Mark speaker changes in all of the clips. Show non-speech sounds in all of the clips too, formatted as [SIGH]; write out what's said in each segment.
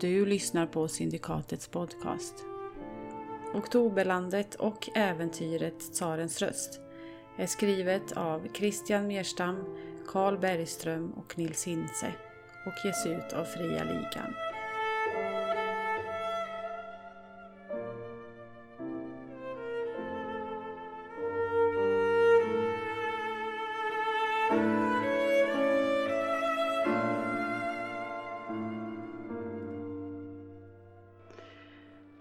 Speaker 1: du lyssnar på Syndikatets podcast. Oktoberlandet och äventyret Tsarens röst är skrivet av Christian Merstam, Carl Bergström och Nils Hintze och ges ut av Fria Ligan.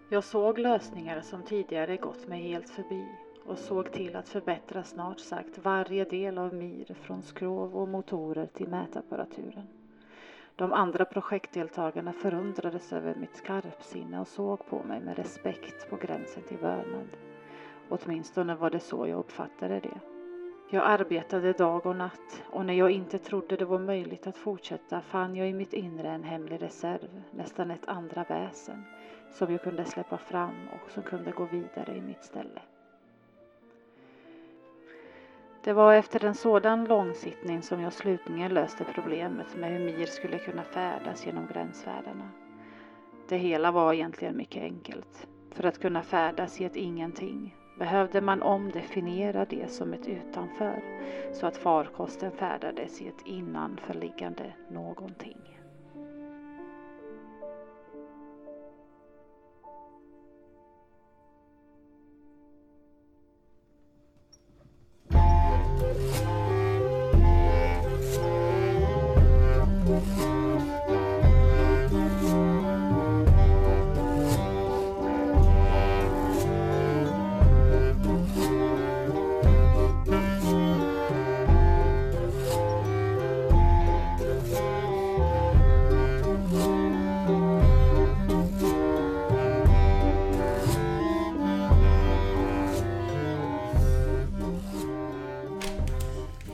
Speaker 2: Jag såg lösningar som tidigare gått mig helt förbi och såg till att förbättra snart sagt varje del av MIR från skrov och motorer till mätapparaturen. De andra projektdeltagarna förundrades över mitt skarpsinne och såg på mig med respekt på gränsen till vördnad. Åtminstone var det så jag uppfattade det. Jag arbetade dag och natt och när jag inte trodde det var möjligt att fortsätta fann jag i mitt inre en hemlig reserv, nästan ett andra väsen, som jag kunde släppa fram och som kunde gå vidare i mitt ställe. Det var efter en sådan långsittning som jag slutligen löste problemet med hur Mir skulle kunna färdas genom gränsvärdena. Det hela var egentligen mycket enkelt. För att kunna färdas i ett ingenting behövde man omdefiniera det som ett utanför så att farkosten färdades i ett innanförliggande någonting.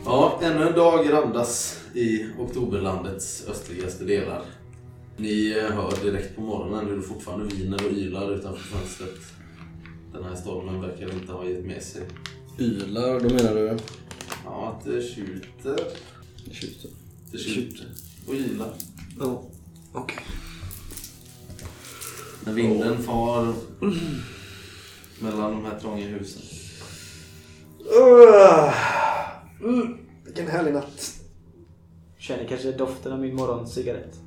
Speaker 3: Ja, ännu en dag randas i oktoberlandets östligaste delar. Ni eh, hör direkt på morgonen hur det fortfarande viner och ylar utanför fönstret. Den här stormen verkar inte ha gett med sig.
Speaker 4: Ylar, då menar du?
Speaker 3: Ja, att det tjuter.
Speaker 4: Tjuter.
Speaker 3: Det tjuter. Och ylar.
Speaker 4: Ja. Okej.
Speaker 3: När vinden far mellan de här trånga husen.
Speaker 5: Mm, vilken härlig natt.
Speaker 6: Känner kanske doften av min morgoncigarett.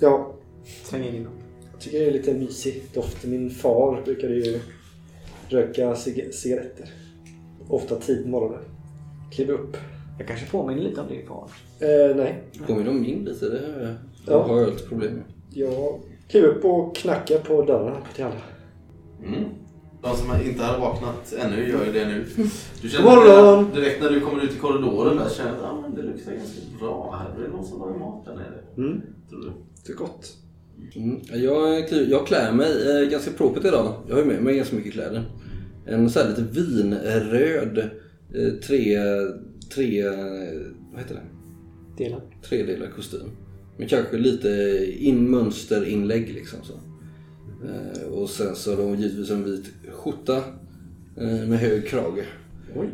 Speaker 5: Ja,
Speaker 6: Svänger in den.
Speaker 5: jag tycker det är lite mysig doft. Min far brukade ju röka cig- cigaretter. Ofta tid på morgonen. Kliver upp.
Speaker 6: Jag kanske påminner lite om din far.
Speaker 5: Eh, nej,
Speaker 4: Påminner om min lite, det
Speaker 5: Ja.
Speaker 4: har jag lite problem med.
Speaker 5: jag kliver upp och knackar på dörren till alla.
Speaker 3: Mm. De som inte har vaknat ännu gör ju det nu. Du
Speaker 5: God
Speaker 3: känner
Speaker 5: morgon!
Speaker 3: direkt, direkt när du kommer ut i korridoren där känner du att ah, men det luktar ganska bra här. Det är någon som lagar mat där nere.
Speaker 5: Mm,
Speaker 3: Tror du?
Speaker 5: det är gott.
Speaker 4: Mm. Jag, kliver- jag klär mig eh, ganska propert idag. Jag har ju med mig ganska mycket kläder. En så här lite vinröd eh, tre... tre eh, vad heter det?
Speaker 6: Delen.
Speaker 4: Tredelad kostym. Men kanske lite in, mönsterinlägg liksom. Så. Eh, och sen så då givetvis en vit skjorta eh, med hög krage.
Speaker 5: Oj.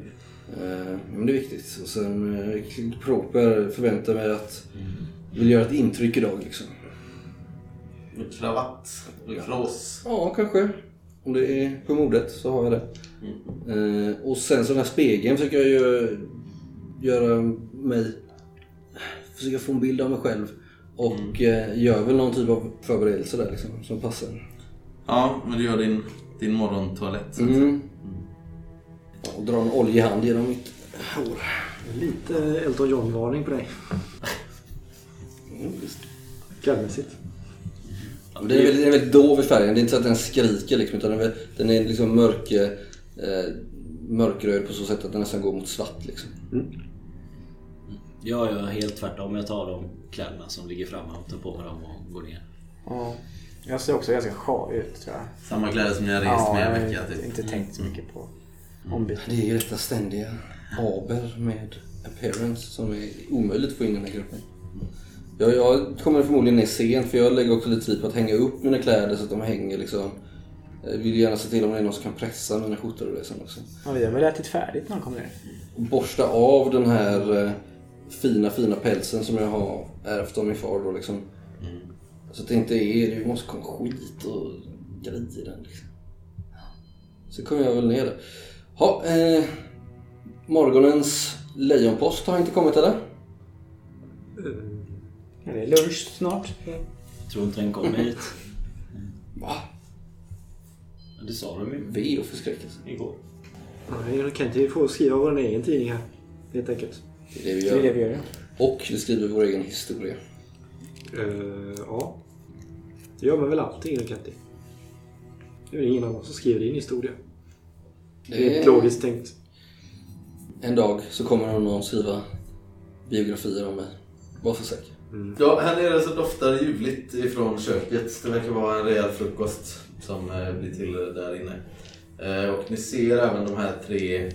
Speaker 4: Eh, men det är viktigt. Och sen eh, proper förväntar mig att vill göra ett intryck idag liksom.
Speaker 3: Med kravatt, med flås.
Speaker 4: Ja, kanske. Om det är på modet så har jag det. Eh, och sen så den här spegeln försöker jag ju göra mig... Försöka få en bild av mig själv. Och eh, gör väl någon typ av förberedelse där liksom, som passar.
Speaker 3: Ja, men du gör din, din morgontoalett. så att säga.
Speaker 4: Mm. Ja, och dra en oljehand genom mitt hår.
Speaker 5: Lite Elton John-varning på dig. Mm, Klädmässigt.
Speaker 4: Ja, men Den är, väldigt, den är väldigt dov i färgen. Det är inte så att den skriker liksom, utan den är, väl- den är liksom mörk, eh, mörkröd på så sätt att den nästan går mot svart liksom.
Speaker 7: Jag gör helt tvärtom. Jag tar de kläderna som ligger framme och tar på mig dem och går ner.
Speaker 8: Ja. Jag ser också ganska sjav ut tror jag.
Speaker 3: Samma kläder som ni har rest med en vecka.
Speaker 8: inte,
Speaker 3: Typ.
Speaker 8: inte tänkt så mycket på ombyte.
Speaker 4: Det är ju detta ständiga aber med appearance som är omöjligt att få in i den här gruppen. Jag, jag kommer förmodligen ner sent för jag lägger också lite tid på att hänga upp mina kläder så att de hänger liksom. Jag vill gärna se till om det är någon som kan pressa mina skjortor och det sen också.
Speaker 8: Ja, vi har väl ätit färdigt när de kommer ner.
Speaker 4: Och borsta av den här eh, fina, fina pälsen som jag har ärvt av min far då liksom. Så att det inte är, det måste komma skit och grejer i den liksom. Så kom jag väl ner där. Ha, eh, morgonens lejonpost har inte kommit eller?
Speaker 8: Är det lunch snart?
Speaker 7: Tror inte
Speaker 3: [LAUGHS]
Speaker 7: den kommer hit.
Speaker 4: Va?
Speaker 7: Men Det sa de ju
Speaker 4: Ve och förskräckelse.
Speaker 7: igår.
Speaker 5: Nej, kan inte vi få skriva vår egen tidning här? Helt enkelt.
Speaker 4: Det är det vi
Speaker 8: Det är det
Speaker 4: gör.
Speaker 8: vi gör. ja.
Speaker 4: Och vi skriver vår egen historia.
Speaker 5: Eh, ja. Det gör man väl alltid inom Katti? Det är väl ingen annan som skriver din historia. Det är logiskt tänkt.
Speaker 4: En dag så kommer någon att skriva biografier om mig. Var så säker.
Speaker 3: Ja, här nere så doftar det ljuvligt ifrån köket. Det verkar vara en rejäl frukost som eh, blir till där inne. Eh, Och ni ser även de här tre eh,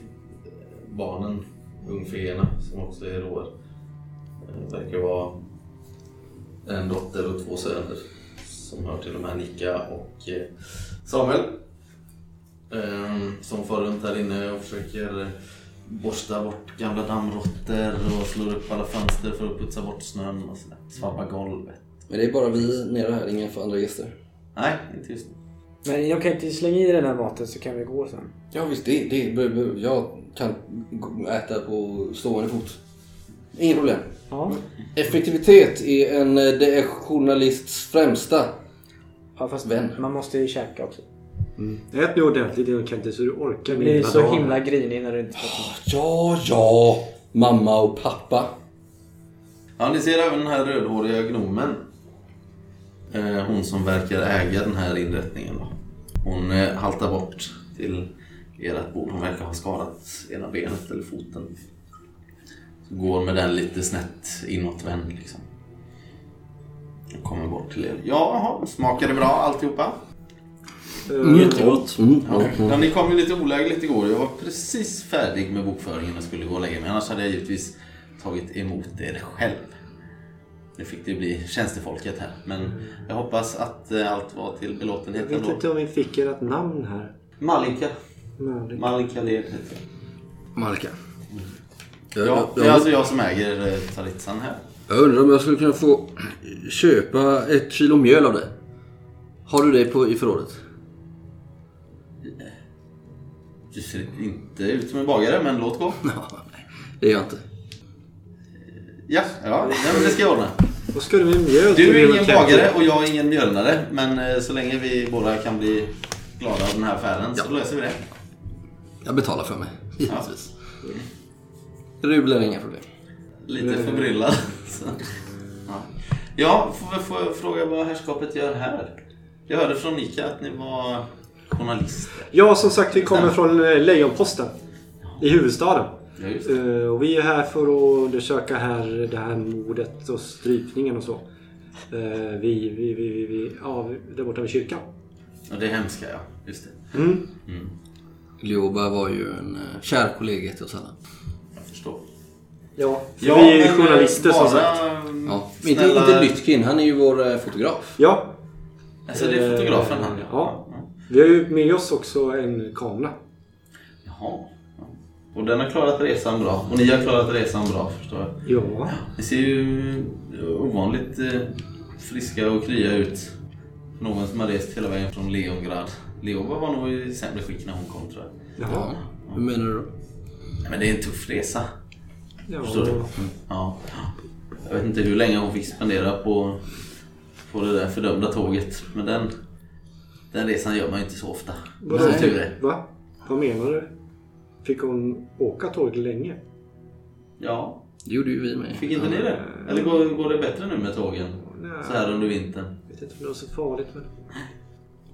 Speaker 3: barnen, ungféerna, som också är råer. Eh, Det verkar vara en dotter och två söner som hör till de här Nika och eh, Samuel. Eh, Som far runt här inne och försöker eh, borstar bort gamla dammråttor och slår upp alla fönster för att putsa bort snön och sådär. Svabbar golvet.
Speaker 4: Men det är bara vi nere här, inga för andra gäster.
Speaker 3: Nej, inte just nu.
Speaker 8: Men jag kan inte slänga i den här maten så kan vi gå sen.
Speaker 4: Ja visst, det, det, b- b- jag kan g- äta på stående fot. Inga problem.
Speaker 8: Ja.
Speaker 4: Effektivitet är en eh, det är journalists främsta.
Speaker 8: ja fast
Speaker 4: Vän.
Speaker 8: man måste ju käka också.
Speaker 5: Ät nu ordentligt inom Katti så du orkar
Speaker 8: Du
Speaker 5: med
Speaker 8: blir
Speaker 5: hela
Speaker 8: så
Speaker 5: dagen.
Speaker 8: himla grinig när du inte får
Speaker 4: Ja, ja, mamma och pappa.
Speaker 3: Ja, ni ser även den här rödhåriga gnomen. Eh, hon som verkar äga den här inrättningen. Då. Hon eh, haltar bort till ert bord. Hon verkar ha skadat ena benet eller foten. Så går med den lite snett inåtvänd liksom. Och kommer bort till er. Jaha, smakar det bra alltihopa?
Speaker 7: Jättegott.
Speaker 4: Mm.
Speaker 3: Ja. Ja, ni kom ju lite olägligt igår. Jag var precis färdig med bokföringen och skulle gå och lägga mig. Annars hade jag givetvis tagit emot er själv. Nu fick det bli tjänstefolket här. Men jag hoppas att eh, allt var till
Speaker 5: Jag
Speaker 3: belåtenhet
Speaker 5: vet
Speaker 3: ändå.
Speaker 5: inte om vi fick ert namn här.
Speaker 3: Malinka.
Speaker 5: Men
Speaker 3: Malinka det heter jag.
Speaker 4: Malika.
Speaker 3: Ja, det är alltså jag som äger eh, Taritsan här.
Speaker 4: Jag undrar om jag skulle kunna få köpa ett kilo mjöl av dig. Har du det på, i förrådet?
Speaker 3: Du ser inte ut som en bagare, men låt gå.
Speaker 4: Det är jag inte.
Speaker 3: Ja, ja nej, men det ska jag ordna.
Speaker 5: Vad ska du med mjöl till
Speaker 3: Du är
Speaker 5: inom
Speaker 3: ingen
Speaker 5: Katti?
Speaker 3: bagare och jag är ingen mjölnare. Men eh, så länge vi båda kan bli glada av den här affären så löser vi det.
Speaker 4: Jag betalar för mig, [LAUGHS] givetvis. Det blir inga problem.
Speaker 3: Lite förbryllad. Så. [LAUGHS] Ja, ja får, jag- får jag fråga vad herrskapet gör här? Jag hörde från Nika att ni var journalister.
Speaker 5: Ja, som sagt, vi kommer från eh, Lejonposten i huvudstaden.
Speaker 3: Ja, just det.
Speaker 5: Eh, Och vi är här för att undersöka här det här mordet och strypningen och så. Eh, Vi, vi, vi, vi, vi ja, vi- där borta vid kyrkan.
Speaker 3: Ja, det är hemska, ja. Just det.
Speaker 5: Mm.
Speaker 4: Lioba var ju en eh, kär kollega till oss alla.
Speaker 3: Jag förstår. eh,
Speaker 5: Ja, eh, för vi är journalister som sagt.
Speaker 4: Ja.
Speaker 3: Ja,
Speaker 4: Inte, inte Lytkin, han är ju vår eh, fotograf.
Speaker 5: Ja,
Speaker 3: Alltså det är fotografen han,
Speaker 5: Eh, Ja. vi har ju med oss också en kamera.
Speaker 3: Jaha. Ja. Och den har klarat resan bra. Och ni har klarat resan bra, förstår jag.
Speaker 5: Ja,
Speaker 3: Ni ser ju ovanligt eh, friska och krya ut. Någon som har rest hela vägen från Leongrad. Leova var nog i sämre skick när hon kom tror jag.
Speaker 5: ja.
Speaker 4: Hur menar du då?
Speaker 3: Mm. Nej, Men det är en tuff resa. Förstår du?
Speaker 5: ja.
Speaker 3: Ja. Jag vet inte hur länge hon fick spendera på, på det där fördömda tåget. Men den, den resan gör man ju inte så ofta.
Speaker 5: Vadå?
Speaker 3: Som tur är.
Speaker 5: Va? Vad menar du? Fick hon åka tåg länge?
Speaker 3: Ja,
Speaker 4: Det gjorde ju vi med.
Speaker 3: fick inte ni det? Eller går, går det bättre nu med tågen? Så här under vintern?
Speaker 5: Jag vet inte om det var så farligt men...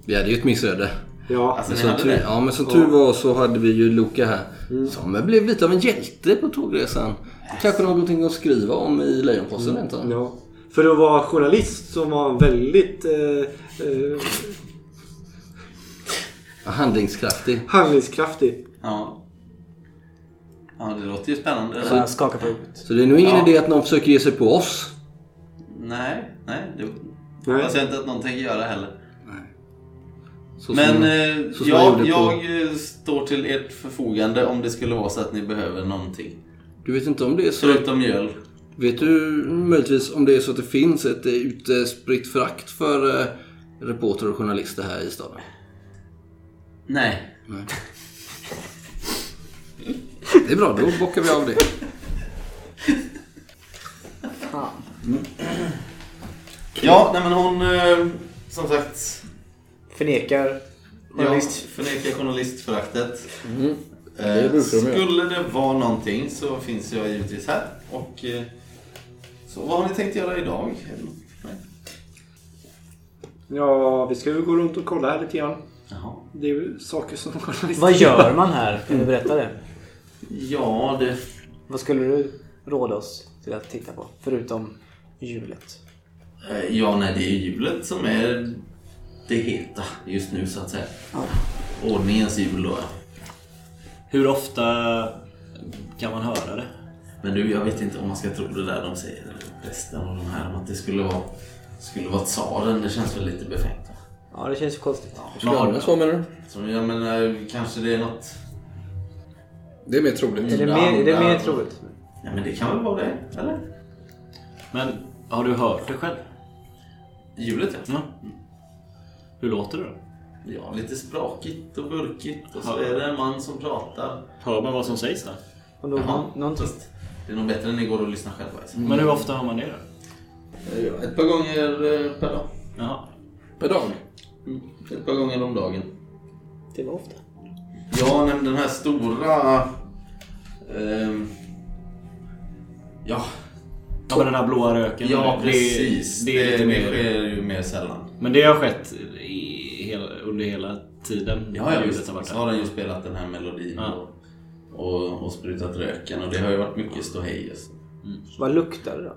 Speaker 4: Vi hade ju ett missöde.
Speaker 5: Ja,
Speaker 3: Alltså ni
Speaker 4: Som
Speaker 3: hade
Speaker 4: tur,
Speaker 3: det? Mm.
Speaker 4: ja, men som tur var så hade vi ju Loka här. Som blev lite av en hjälte på tågresan. Det kanske någonting att skriva om i Lejonposten
Speaker 3: Mm.
Speaker 4: rent av.
Speaker 5: ja. För att vara journalist som var väldigt eh, eh,
Speaker 4: Handlingskraftig.
Speaker 5: handlingskraftig.
Speaker 3: Ja. Ja, det låter ju spännande.
Speaker 8: bara skaka på huvudet.
Speaker 4: Så det är nog ingen
Speaker 3: Ja.
Speaker 4: idé att någon försöker ge sig på oss.
Speaker 3: Nej, nej. Det
Speaker 5: Nej.
Speaker 3: hoppas jag inte att någon tänker göra heller.
Speaker 4: Så
Speaker 3: Men
Speaker 4: som-
Speaker 3: eh,
Speaker 4: så som jag
Speaker 3: jag,
Speaker 4: gjorde på-
Speaker 3: jag eh, står till ert förfogande om det skulle vara så att ni behöver någonting.
Speaker 4: du vet inte om det är så...
Speaker 3: Förutom mjöl.
Speaker 4: Vet du möjligtvis om det är så att det finns ett eh, utspritt förakt för eh, reporter och journalister här i staden?
Speaker 7: Nej.
Speaker 4: Nej. Det är bra, då bockar vi av det.
Speaker 3: Ja, nej men hon... eh, Som sagt.
Speaker 8: Förnekar.
Speaker 3: Jag
Speaker 8: Journalist.
Speaker 3: förnekar journalistföraktet.
Speaker 4: Mm.
Speaker 3: Eh,
Speaker 4: brukar de göra.
Speaker 3: Skulle det vara någonting så finns jag givetvis här. Och... eh, Så vad har ni tänkt göra idag? Nej.
Speaker 5: Ja, vi ska ju gå runt och kolla här lite grann.
Speaker 3: Jaha.
Speaker 5: Det är ju saker som journalister
Speaker 6: Vad gör man här? Kan du berätta det?
Speaker 3: Ja, det...
Speaker 6: Vad skulle du råda oss till att titta på? Förutom hjulet.
Speaker 3: eh, Ja, nej, det är hjulet som är det heta just nu så att säga. Ordningens hjul då. ja.
Speaker 7: Hur ofta kan man höra det?
Speaker 3: Men du, jag vet inte om man ska tro det där de säger. Resten av de här om att det skulle vara, skulle vara tsaren. Det känns väl lite befängt. va?
Speaker 6: Ja, det känns ju konstigt.
Speaker 4: Slagarna, så menar du?
Speaker 3: Så jag menar, eh, kanske det är något...
Speaker 4: Det är mer troligt.
Speaker 6: Är det mer, är det mer troligt?
Speaker 3: Nej men det kan väl vara det, eller?
Speaker 7: Men har du hört det själv?
Speaker 3: Hjulet ja.
Speaker 7: Ja. Hur låter det då?
Speaker 3: Ja, lite sprakigt och burkigt och så är det en man som pratar.
Speaker 7: Hör man vad som sägs där?
Speaker 6: Och då,
Speaker 3: Jaha.
Speaker 6: någonting.
Speaker 3: Fast det är nog bättre än ni går och lyssnar själva. alltså.
Speaker 7: Men hur ofta hör man det då?
Speaker 3: Ja, Ett par gånger eh, per dag.
Speaker 7: Jaha.
Speaker 4: Per dag?
Speaker 3: Mm, Ett par gånger om dagen.
Speaker 6: Det var ofta.
Speaker 3: Ja, nej, men den här stora... ehm, ja,
Speaker 7: Ja, men den här blåa röken.
Speaker 3: ja,
Speaker 7: det-
Speaker 3: precis.
Speaker 7: Det, det är lite mer... Mm.
Speaker 3: sker ju mer sällan.
Speaker 7: Men det har skett i hela, under hela tiden
Speaker 3: Ja, ja
Speaker 7: ljudet
Speaker 3: visst.
Speaker 7: har varit
Speaker 3: Så
Speaker 7: där.
Speaker 3: har den ju spelat den här melodin
Speaker 7: Ja.
Speaker 3: och, och, och sprutat röken och det har ju varit mycket ståhej. alltså.
Speaker 6: Vad luktar det då?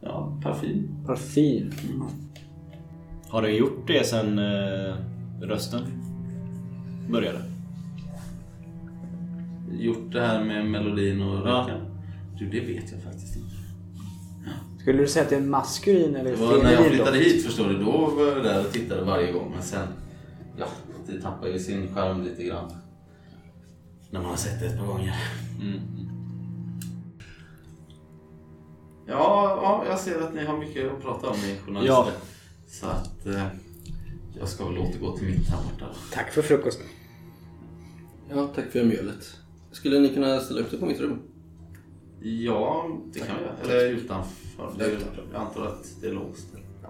Speaker 3: Ja, parfym.
Speaker 6: Parfym.
Speaker 7: Har den gjort det sen eh, rösten började?
Speaker 3: Gjort det här med melodin och
Speaker 7: Ja.
Speaker 3: röken. Du, det vet jag faktiskt inte.
Speaker 6: Skulle du säga att det är en maskulin eller
Speaker 3: Det var när jag
Speaker 6: feminin doft?
Speaker 3: flyttade hit förstår du, då var jag där och tittade varje gång. Men sen, ja, det tappar ju sin charm lite grann. När man har sett det ett par gånger. Ja, ja, jag ser att ni har mycket att prata om ni journalister.
Speaker 7: Ja.
Speaker 3: Så att eh, jag ska väl återgå till mitt här borta. då.
Speaker 8: Tack för frukosten.
Speaker 4: Ja, tack för mjölet. Skulle ni kunna ställa upp det på mitt rum?
Speaker 3: Ja, det kan vi göra. Eller utanför. Det är, jag antar att det är låst.
Speaker 4: Ja,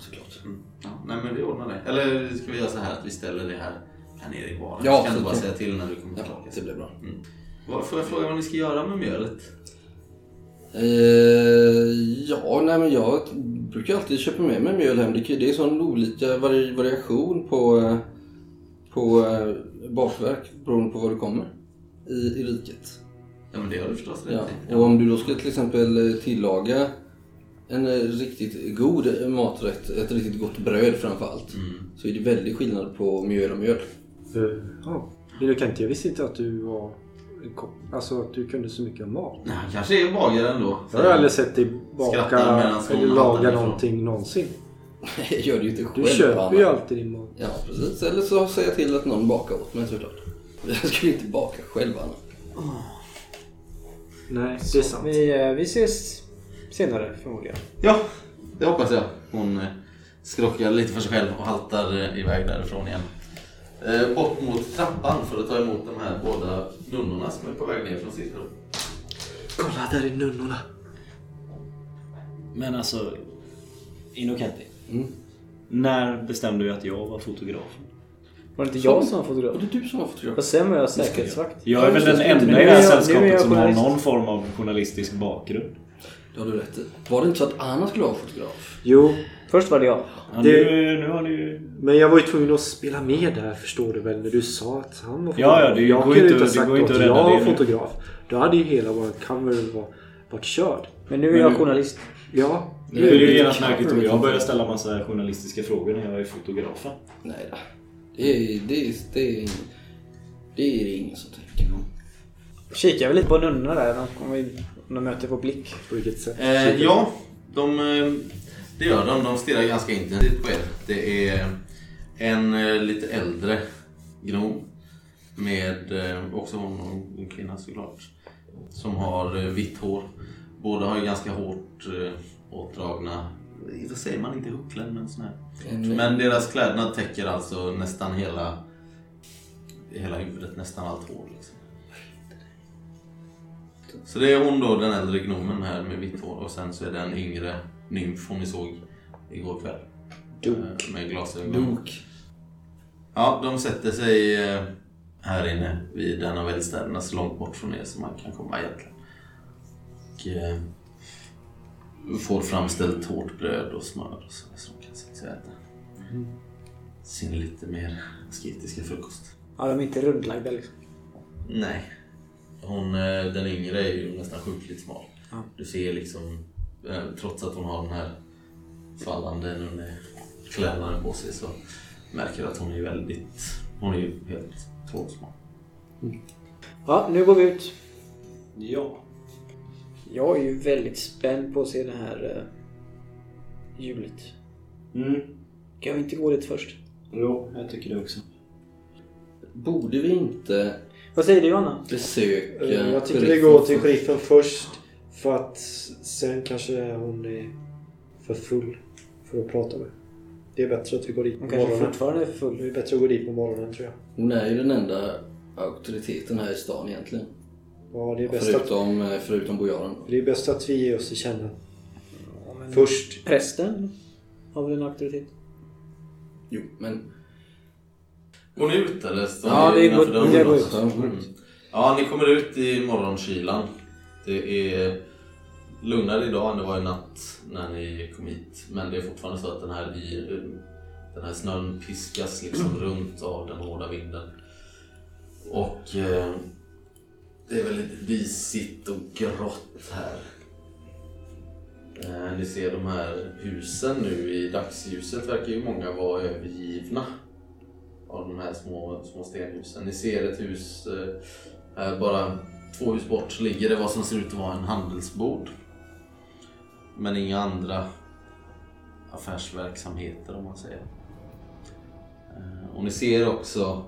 Speaker 4: såklart.
Speaker 3: Mm. Ja, nej men vi ordnar det. Eller ska vi göra så här att vi ställer det här här nere i baren?
Speaker 4: Ja,
Speaker 3: kan du
Speaker 4: så
Speaker 3: bara
Speaker 4: kan-
Speaker 3: säga till när du kommer
Speaker 4: Ja,
Speaker 3: tillbaka.
Speaker 4: typ. det blir bra.
Speaker 3: Vad- Får jag fråga vad ni ska göra med mjölet?
Speaker 4: Eh, ja, nej men jag brukar alltid köpa med mig mjöl hem. Det kan- det är sån olika vari- variation på, eh, på eh, bakverk beroende på var du kommer i, i riket.
Speaker 3: Ja men det har du förstås rätt
Speaker 4: Ja.
Speaker 3: i.
Speaker 4: Och om du då skulle till exempel eh, tillaga en eh, riktigt god maträtt, ett riktigt gott bröd framför allt,
Speaker 3: Mm.
Speaker 4: så är det väldigt skillnad på mjöl och mjöl. [LAUGHS]
Speaker 5: Eh, Ja. Men du kan inte, jag visste inte att du var... en kock. Alltså att du kunde så mycket om mat.
Speaker 3: Nej, han kanske är bagare ändå.
Speaker 5: Jag har aldrig sett dig baka
Speaker 3: Skrattar medan hon
Speaker 5: eller
Speaker 3: matar
Speaker 5: laga
Speaker 3: ifrån.
Speaker 5: någonting någonsin.
Speaker 4: Jag gör det ju inte själv.
Speaker 5: Du
Speaker 4: va?
Speaker 5: köper ju alltid din mat.
Speaker 4: Ja, precis. Eller så säger jag till att någon bakar åt mig såklart. [LAUGHS] Jag skulle inte baka själv annars.
Speaker 5: Nej, det är sant.
Speaker 8: Vi, eh, vi ses senare förmodligen.
Speaker 3: Ja, det hoppas jag. Hon eh, skrockar lite för sig själv och haltar eh, iväg därifrån igen. Eh, Bort mot trappan för att ta emot de här båda nunnorna som är på väg ner från sitt rum.
Speaker 5: Kolla, där är nunnorna.
Speaker 7: Men alltså, Inokenti.
Speaker 4: Mm.
Speaker 7: När bestämde vi att jag var fotograf?
Speaker 6: Var det inte jag som var fotograf?
Speaker 4: Och det är du som har fotograf.
Speaker 6: Och sen var jag säkerhetsvakt.
Speaker 7: Jag är väl den
Speaker 6: Nu
Speaker 7: enda
Speaker 6: är
Speaker 7: i det här
Speaker 6: jag- nu är
Speaker 7: sällskapet
Speaker 6: jag
Speaker 7: som har
Speaker 6: journalist.
Speaker 7: någon form av journalistisk bakgrund.
Speaker 4: Det har du rätt i. Var det inte så att Anna skulle vara fotograf?
Speaker 5: Jo,
Speaker 6: Först var det jag.
Speaker 7: Ja,
Speaker 5: Det-
Speaker 7: nu, nu har ni ju...
Speaker 5: men jag var ju tvungen att spela med där förstår du väl när du sa att han var
Speaker 7: Ja, ja, det
Speaker 5: jag
Speaker 7: går
Speaker 5: kunde
Speaker 7: inte-
Speaker 5: inte ha
Speaker 7: det
Speaker 5: sagt
Speaker 7: går inte
Speaker 5: att
Speaker 7: att
Speaker 5: jag
Speaker 7: rädda
Speaker 5: var
Speaker 7: det nu.
Speaker 5: fotograf. Då hade ju hela vår cover var, varit körd.
Speaker 6: Men nu är jag journalist.
Speaker 5: Ja,
Speaker 7: Det är ju genast
Speaker 4: lite
Speaker 7: märkligt
Speaker 4: knappt.
Speaker 7: hur jag börjar ställa massa journalistiska frågor när jag är fotografen.
Speaker 4: Nej då. Det är det är, det är, ingen- det är det ingen som tänker på.
Speaker 6: Kikar vi lite på nunnorna där om- om vi om de möter vår blick.
Speaker 5: på vilket sätt.
Speaker 3: Eh, ja, de, eh, det gör de. De stirrar ganska intensivt på er. Det är en eh, lite äldre gnom Med eh, också hon och en kvinna såklart. Som har eh, vitt hår. Båda har ju ganska hårt eh, åtdragna, eh, vad säger man, inte hucklen men sån här. Men deras klädnad täcker alltså nästan hela, hela huvudet, nästan allt hår. Liksom. Så det är hon då, den äldre gnomen här med vitt hår och sen så är det en yngre nymf hon ni såg igår kväll. Eh, Med glasögon.
Speaker 4: Dok.
Speaker 3: Ja, de sätter sig eh, här inne vid en av eldstäderna så långt bort från er som man kan komma egentligen. Och eh, får framställt hårt bröd och smör och så som de kan sätta sig och äta. Sin lite mer asketiska frukost.
Speaker 8: Ja, de är inte rundlagda liksom.
Speaker 3: Nej. Hon, eh, den yngre är ju nästan sjukligt smal.
Speaker 8: Ja.
Speaker 3: Du ser liksom, eh, trots att hon har den här svallande klädnaden på sig så märker du att hon är väldigt, hon är ju helt trådsmal.
Speaker 8: Ja, nu går vi ut.
Speaker 7: Ja.
Speaker 8: Jag är ju väldigt spänd på att se det här eh, hjulet.
Speaker 6: Mm.
Speaker 8: Kan vi inte gå dit först?
Speaker 6: Jo, jag tycker det också.
Speaker 4: Borde vi inte
Speaker 8: Vad säger du Anna?
Speaker 4: besöka...
Speaker 5: Eh, Jag tycker vi går till sheriffen först. För att sen kanske hon är för full för att prata med. Det är bättre att vi går dit på
Speaker 8: Hon kanske
Speaker 5: morgonen.
Speaker 8: fortfarande är
Speaker 5: Det
Speaker 8: full.
Speaker 5: är bättre att gå dit på morgonen tror jag.
Speaker 4: Hon är ju den enda auktoriteten här i stan egentligen.
Speaker 5: Ja, det är bäst, att,
Speaker 4: Förutom, eh, förutom bojaren.
Speaker 5: det är bäst att vi ger oss till känna först.
Speaker 8: Prästen har väl en auktoritet?
Speaker 4: Jo, men...
Speaker 3: Hon är ute eller står
Speaker 8: Ja,
Speaker 3: ni
Speaker 8: det
Speaker 3: innanför
Speaker 8: går-
Speaker 3: dörren
Speaker 8: det går
Speaker 3: då?
Speaker 8: ut.
Speaker 4: Ja, hon går ut.
Speaker 3: Ja, ni kommer ut i morgonkylan. Det är lugnare idag än det var i natt när ni kom hit. Men det är fortfarande så att den här, i, den här snön piskas liksom runt av den hårda vinden. Och eh, det är väldigt disigt och grått här. Eh, ni ser de här husen nu i dagsljuset verkar ju många vara övergivna av de här små, små stenhusen. Ni ser ett hus, eh, här bara två hus bort så ligger det vad som ser ut att vara en handelsbod. Men inga andra affärsverksamheter om man säger. Eh, Och ni ser också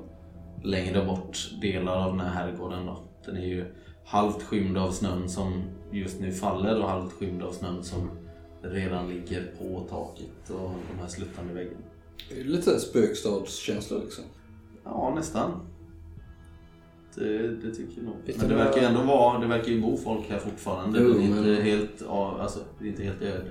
Speaker 3: längre bort delar av den här herrgården då. Den är ju halvt skymd av snön som just nu faller och halvt skymd av snön som redan ligger på taket och de här sluttande väggarna.
Speaker 4: Det är Lite spökstadskänsla liksom.
Speaker 3: Ja, nästan. Det, det tycker jag nog.
Speaker 8: Visst
Speaker 3: Men
Speaker 8: är
Speaker 3: det
Speaker 8: det-
Speaker 3: verkar ju ändå vara, det verkar ju bo folk här fortfarande.
Speaker 4: Jo,
Speaker 3: det, är inte
Speaker 4: men-
Speaker 3: helt, ja, alltså, det är inte helt öde.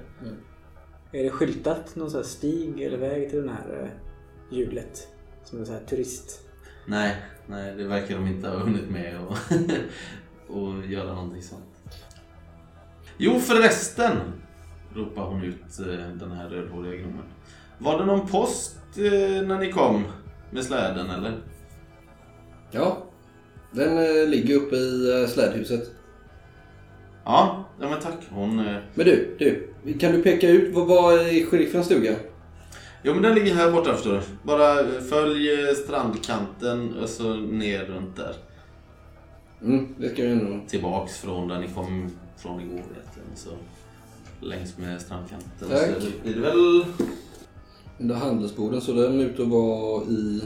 Speaker 8: Är det skyltat någon sån här stig eller väg till det här eh, hjulet? Som en sån här turist...
Speaker 3: Nej, nej, det verkar de inte ha hunnit med och, [LAUGHS] och göra någonting sånt. Jo förresten! ropar hon ut eh, den här rödhåriga gnomen. Var det någon post eh, när ni kom med släden eller?
Speaker 4: Ja. Den eh, ligger uppe i eh, slädhuset.
Speaker 3: Ja, ja men tack. Hon... Eh,
Speaker 4: Men du, du. Kan du peka ut vad, vad är sheriffens stuga?
Speaker 3: Jo men den ligger här borta förstår du. Bara eh, följ eh, strandkanten och så ner runt där.
Speaker 4: Mm, det ska vi ändå...
Speaker 3: Tillbaks från där ni kom från igår egentligen. Så längs med strandkanten.
Speaker 4: Tack.
Speaker 3: Så blir det väl...
Speaker 4: Den där handelsboden, så den ut och var i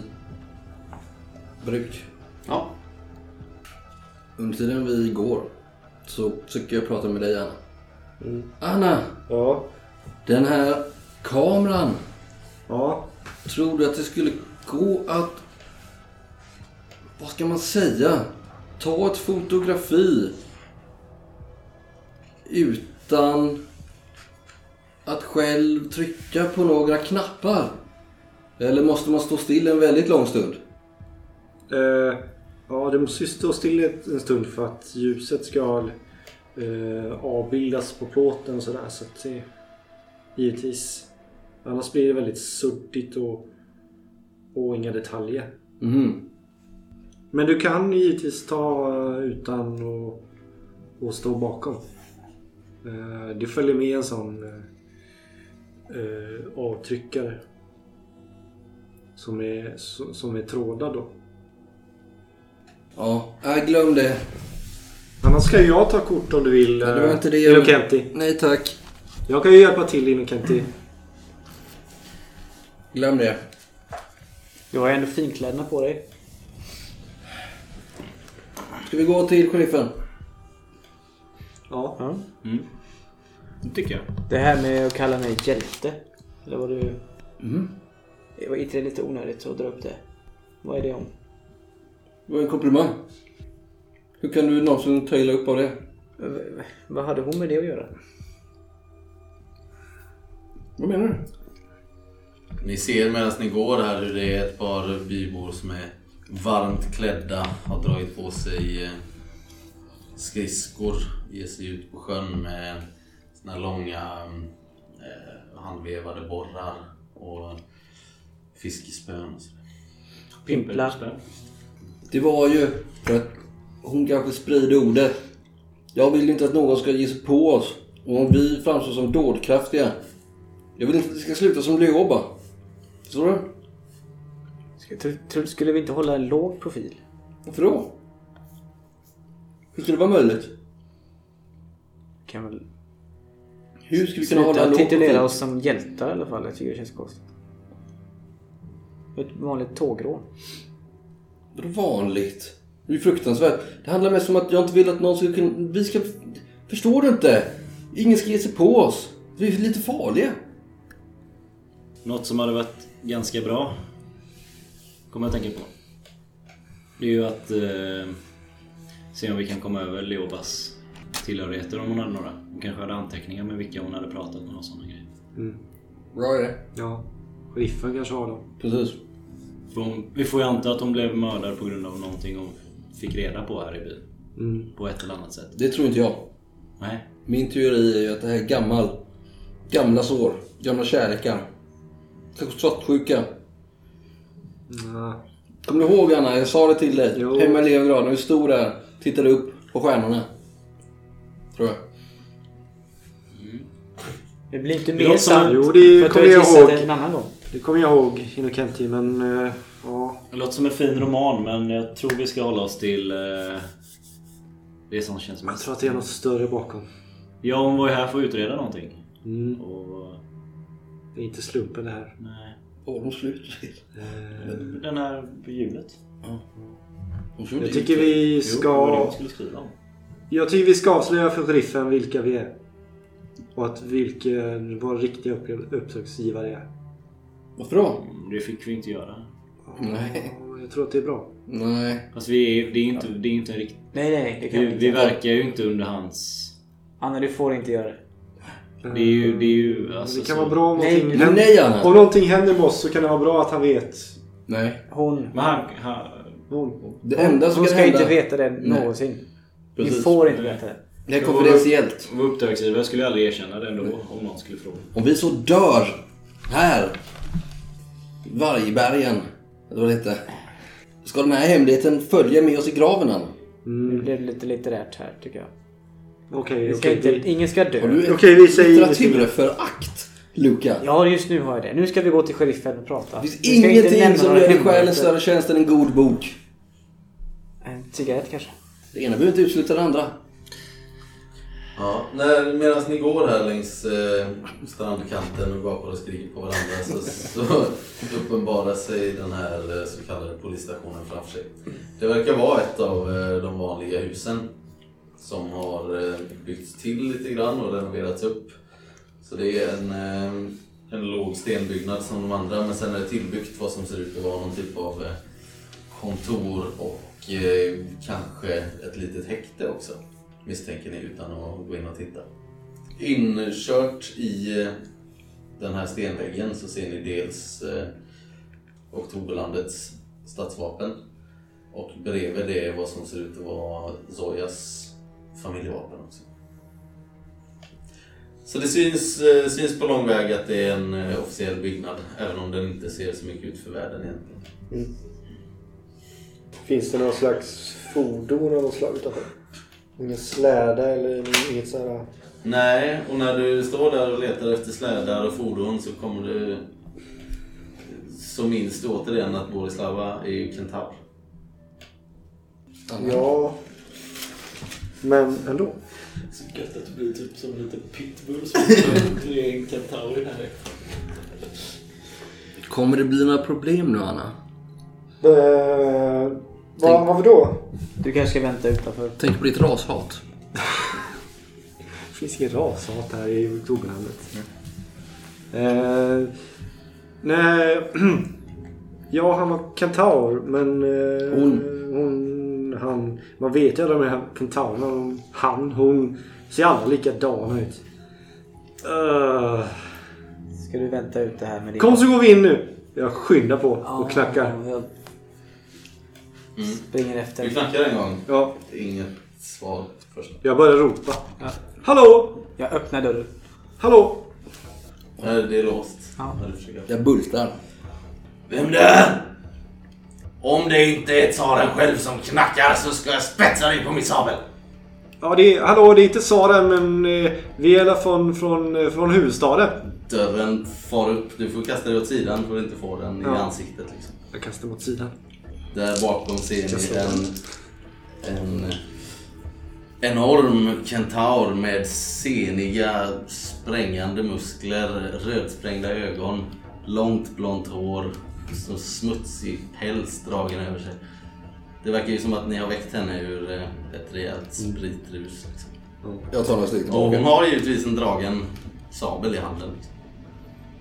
Speaker 4: bruk.
Speaker 3: Ja.
Speaker 4: Under tiden vi går så försöker jag prata med dig Anna. Mm. Anna!
Speaker 5: Ja,
Speaker 4: Den här kameran.
Speaker 5: ja.
Speaker 4: Tror du att det skulle gå att... Vad ska man säga? Ta ett fotografi utan att själv trycka på några knappar? Eller måste man stå still en väldigt lång stund?
Speaker 5: Eh, ja, det måste ju stå still ett- en stund för att ljuset ska eh, avbildas på plåten och sådär. Så att det, givetvis. Annars blir det väldigt suddigt och, och inga detaljer.
Speaker 4: Mhm.
Speaker 5: Men du kan givetvis ta eh, utan och, och stå bakom. Eh, Det följer med en sån eh, eh, avtryckare. Som är, so- som är trådad då.
Speaker 4: Ja, äh, glöm det.
Speaker 5: Annars ska jag ta kort om du vill.
Speaker 4: Men det var
Speaker 5: eh,
Speaker 4: inte det jag-
Speaker 5: Innocenti.
Speaker 4: Nej tack.
Speaker 5: Jag kan ju hjälpa till Innocenti.
Speaker 4: Glöm det.
Speaker 8: Du har ju ändå finkläderna på dig.
Speaker 4: Ska vi gå till sheriffen?
Speaker 5: Ja.
Speaker 8: Ja.
Speaker 7: Mm. Det tycker jag.
Speaker 8: Det här med att kalla mig hjälte. Eller vad du...
Speaker 4: Mm.
Speaker 8: Det var inte det lite onödigt att dra upp det. Vad är det om?
Speaker 4: Det var en komplimang. Hur kan du någonsin ta illa upp av det?
Speaker 8: V- v- Vad hade hon med det att göra?
Speaker 4: Vad menar du?
Speaker 3: Ni ser medan ni går här hur det är ett par bybor som är varmt klädda, har dragit på sig eh, skridskor, ger sig ut på sjön med såna här långa eh, handvevade borrar och fiskespön. och så.
Speaker 8: Pimpla.
Speaker 4: Det var ju för att hon kanske sprider ordet. Jag vill inte att någon ska ge sig på oss. Och om vi framstår som dådkraftiga. Jag vill inte att det ska sluta som Leoba. Förstår du?
Speaker 8: Ska- tro- tro- Skulle vi inte hålla en låg profil?
Speaker 4: Varför då? Hur ska det vara möjligt?
Speaker 8: Kan väl
Speaker 4: Hur ska vi kunna hålla
Speaker 8: sluta
Speaker 4: en låg
Speaker 8: titulera
Speaker 4: profil?
Speaker 8: oss som hjältar i alla fall. Jag tycker det känns konstigt. Ett vanligt tågrån.
Speaker 4: Vadå vanligt? Det är ju fruktansvärt. Det handlar mest om att jag inte vill att någon ska kunna... Vi ska... Förstår du inte? Ingen ska ge sig på oss. Vi är lite farliga.
Speaker 7: Något som hade varit ganska bra kommer jag att tänka på. Det är ju att eh, se om vi kan komma över Leobas tillhörigheter om hon hade några. Hon kanske hade anteckningar med vilka hon hade pratat med och sådana grejer.
Speaker 4: Bra är det.
Speaker 5: ja. Sheriffen kanske har dem.
Speaker 4: Precis.
Speaker 7: För hon, vi får ju anta att hon blev mördad på grund av någonting hon fick reda på här i byn.
Speaker 5: Mm.
Speaker 7: På ett eller annat sätt.
Speaker 4: Det tror inte jag.
Speaker 7: Nej.
Speaker 4: Min teori är ju att det här är gammal, gamla sår, gamla kärlekar. Kanske svartsjuka.
Speaker 5: Nej.
Speaker 4: Kommer du ihåg Anna? Jag sa det till dig.
Speaker 5: Jo.
Speaker 4: Hemma i Leningrad, när vi stod där tittade upp på stjärnorna. Tror jag.
Speaker 8: Det blir inte
Speaker 7: låter
Speaker 8: mer
Speaker 7: som-
Speaker 8: sant
Speaker 5: Jo, det
Speaker 8: för att
Speaker 5: kommer
Speaker 8: du
Speaker 5: jag
Speaker 8: har gissat
Speaker 5: ihåg.
Speaker 8: det en annan gång.
Speaker 5: Det kommer jag ihåg, Hinokenti, men... eh, ja.
Speaker 7: Det låter som en fin roman men jag tror vi ska hålla oss till eh, det som känns
Speaker 5: Jag
Speaker 7: mest.
Speaker 5: tror att det är något större bakom.
Speaker 7: Ja, hon var ju här för att utreda någonting.
Speaker 5: Mm.
Speaker 7: Och...
Speaker 5: Det är inte slumpen det här. Eh,
Speaker 7: Nej.
Speaker 4: Åh, de slut.
Speaker 7: Eh, Den här hjulet.
Speaker 4: De slog
Speaker 5: Jag
Speaker 4: ut.
Speaker 5: tycker vi
Speaker 7: Jo, det var det
Speaker 5: ska...
Speaker 7: jag skulle skriva om.
Speaker 5: Jag tycker vi ska avslöja för sheriffen vilka vi är. Och att vilken vår riktiga upp- uppdragsgivare är.
Speaker 4: Varför då? [LAUGHS]
Speaker 7: Mm, Det fick vi inte göra.
Speaker 4: Nej.
Speaker 5: Ja, Jag tror att det är bra.
Speaker 4: Nej.
Speaker 7: Fast vi är, det är ju inte, det är inte en rikt...
Speaker 8: Nej, nej, det kan
Speaker 7: Vi,
Speaker 8: vi
Speaker 7: vi
Speaker 8: inte.
Speaker 7: verkar ju inte under hans...
Speaker 8: Anna, du får inte göra det.
Speaker 7: Det är ju... Det, är ju, alltså,
Speaker 5: det kan
Speaker 7: så-
Speaker 5: vara bra om
Speaker 8: Nej,
Speaker 5: någonting,
Speaker 4: Men
Speaker 5: händer,
Speaker 4: nej
Speaker 5: om
Speaker 4: Anna!
Speaker 5: någonting händer med oss så kan det vara bra att han vet.
Speaker 4: Nej.
Speaker 8: Hon,
Speaker 7: Men han... han
Speaker 5: Hon.
Speaker 4: Det enda som
Speaker 8: hon
Speaker 4: kan
Speaker 8: ska
Speaker 4: hända...
Speaker 8: inte veta det
Speaker 4: Nej.
Speaker 8: någonsin. Ni
Speaker 4: Precis.
Speaker 8: får inte veta det.
Speaker 4: Det är konfidentiellt.
Speaker 7: vår uppdragsgivare skulle aldrig erkänna det ändå om någon skulle fråga.
Speaker 4: Om vi så dör här, i Vargbergen, eller vad det hette. Ska den här hemligheten följa med oss i graven Anna?
Speaker 8: Nu blev det lite litterärt här tycker jag.
Speaker 5: Okej,
Speaker 8: Vi ska
Speaker 5: okej.
Speaker 8: inte,
Speaker 5: vi-
Speaker 8: ingen ska
Speaker 4: Har
Speaker 8: dö.
Speaker 4: du ett
Speaker 5: Okej, vi säger-
Speaker 4: litteraturförakt, Luca?
Speaker 8: Ja, just nu har jag det. Nu ska vi gå till sheriffen och prata.
Speaker 4: Det finns
Speaker 8: Vi ska inte nämna
Speaker 4: ingenting som
Speaker 8: några
Speaker 4: gör dig
Speaker 8: hemligheter.
Speaker 4: själen större tjänst än en god bok.
Speaker 8: En cigarett kanske?
Speaker 4: Det ena behöver inte utesluta det andra.
Speaker 3: Ja, när, medan ni går här längs eh, strandkanten och gapar och skriker på varandra så, så [LAUGHS] uppenbarar sig den här eh, så kallade polisstationen framför sig. Det verkar vara ett av eh, de vanliga husen som har eh, byggts till lite grann och renoverats upp. Så det är en, eh, en låg stenbyggnad som de andra men sen är det tillbyggt vad som ser ut att vara någon typ av eh, kontor och eh, kanske ett litet häkte också misstänker ni utan att gå in och titta. Inkört i eh, den här stenväggen så ser ni dels eh, Oktoberlandets stadsvapen och bredvid det är vad som ser ut att vara Zojas familjevapen också. Så det syns, eh, syns på lång väg att det är en eh, officiell byggnad även om den inte ser så mycket ut för världen egentligen.
Speaker 9: Finns det någon slags fordon av något slag utanför? Ingen släda eller inget sådär...
Speaker 3: Nej, och när du står där och letar efter slädar och fordon så kommer du... Så minns du återigen att Borislava är ju kentaur.
Speaker 9: Ja... Men ändå.
Speaker 7: Så gött att du blir typ som en liten pitbull [LAUGHS] som är en kentaur här.
Speaker 4: Kommer det bli några problem nu Anna?
Speaker 9: Eh, Vad har vi då?
Speaker 8: Du kanske ska vänta utanför.
Speaker 4: Tänk på ditt rashat.
Speaker 5: Det finns ingen rashat här i Oktoberlandet. Eh, nej, [CLEARS THROAT] ja han var kentaur men... Eh,
Speaker 4: Hon.
Speaker 5: hon, Han. Man vet ju alla de här kentaurerna. de- Han, hon. Ser alla likadana ut. Eh,
Speaker 8: Ska du vänta ut det här med din...
Speaker 5: kom så går vi in nu! Jag skyndar på och knackar.
Speaker 8: Ja, Jag springer efter.
Speaker 3: Vi knackar en gång.
Speaker 5: Ja,
Speaker 3: Inget svar först.
Speaker 5: jag börjar ropa. Hallå!
Speaker 8: Jag öppnar dörren.
Speaker 5: Hallå!
Speaker 3: Nej, det är låst.
Speaker 8: Ja.
Speaker 3: Ja, du försöker.
Speaker 4: Jag bultar.
Speaker 3: Vem där? Om det inte är tsaren själv som knackar så ska jag spetsa dig på min sabel.
Speaker 5: Ja, det är, hallå, det är inte Sara men eh, vi är alla från, från, eh, från huvudstaden.
Speaker 3: Dörren far upp. Du får kasta dig åt sidan för att inte få den i
Speaker 5: Ja.
Speaker 3: ansiktet. Liksom.
Speaker 5: Jag kastar mot sidan.
Speaker 3: Där bakom ser ni en, en enorm kentaur med seniga sprängande muskler, rödsprängda ögon, långt blont hår, så smutsig päls dragen över sig. Det verkar ju som att ni har väckt henne ur eh, ett rejält spritrus. Liksom.
Speaker 4: Jag tar några steg
Speaker 3: Och hon
Speaker 4: tillbaka.
Speaker 3: har givetvis en dragen sabel i handen. Liksom.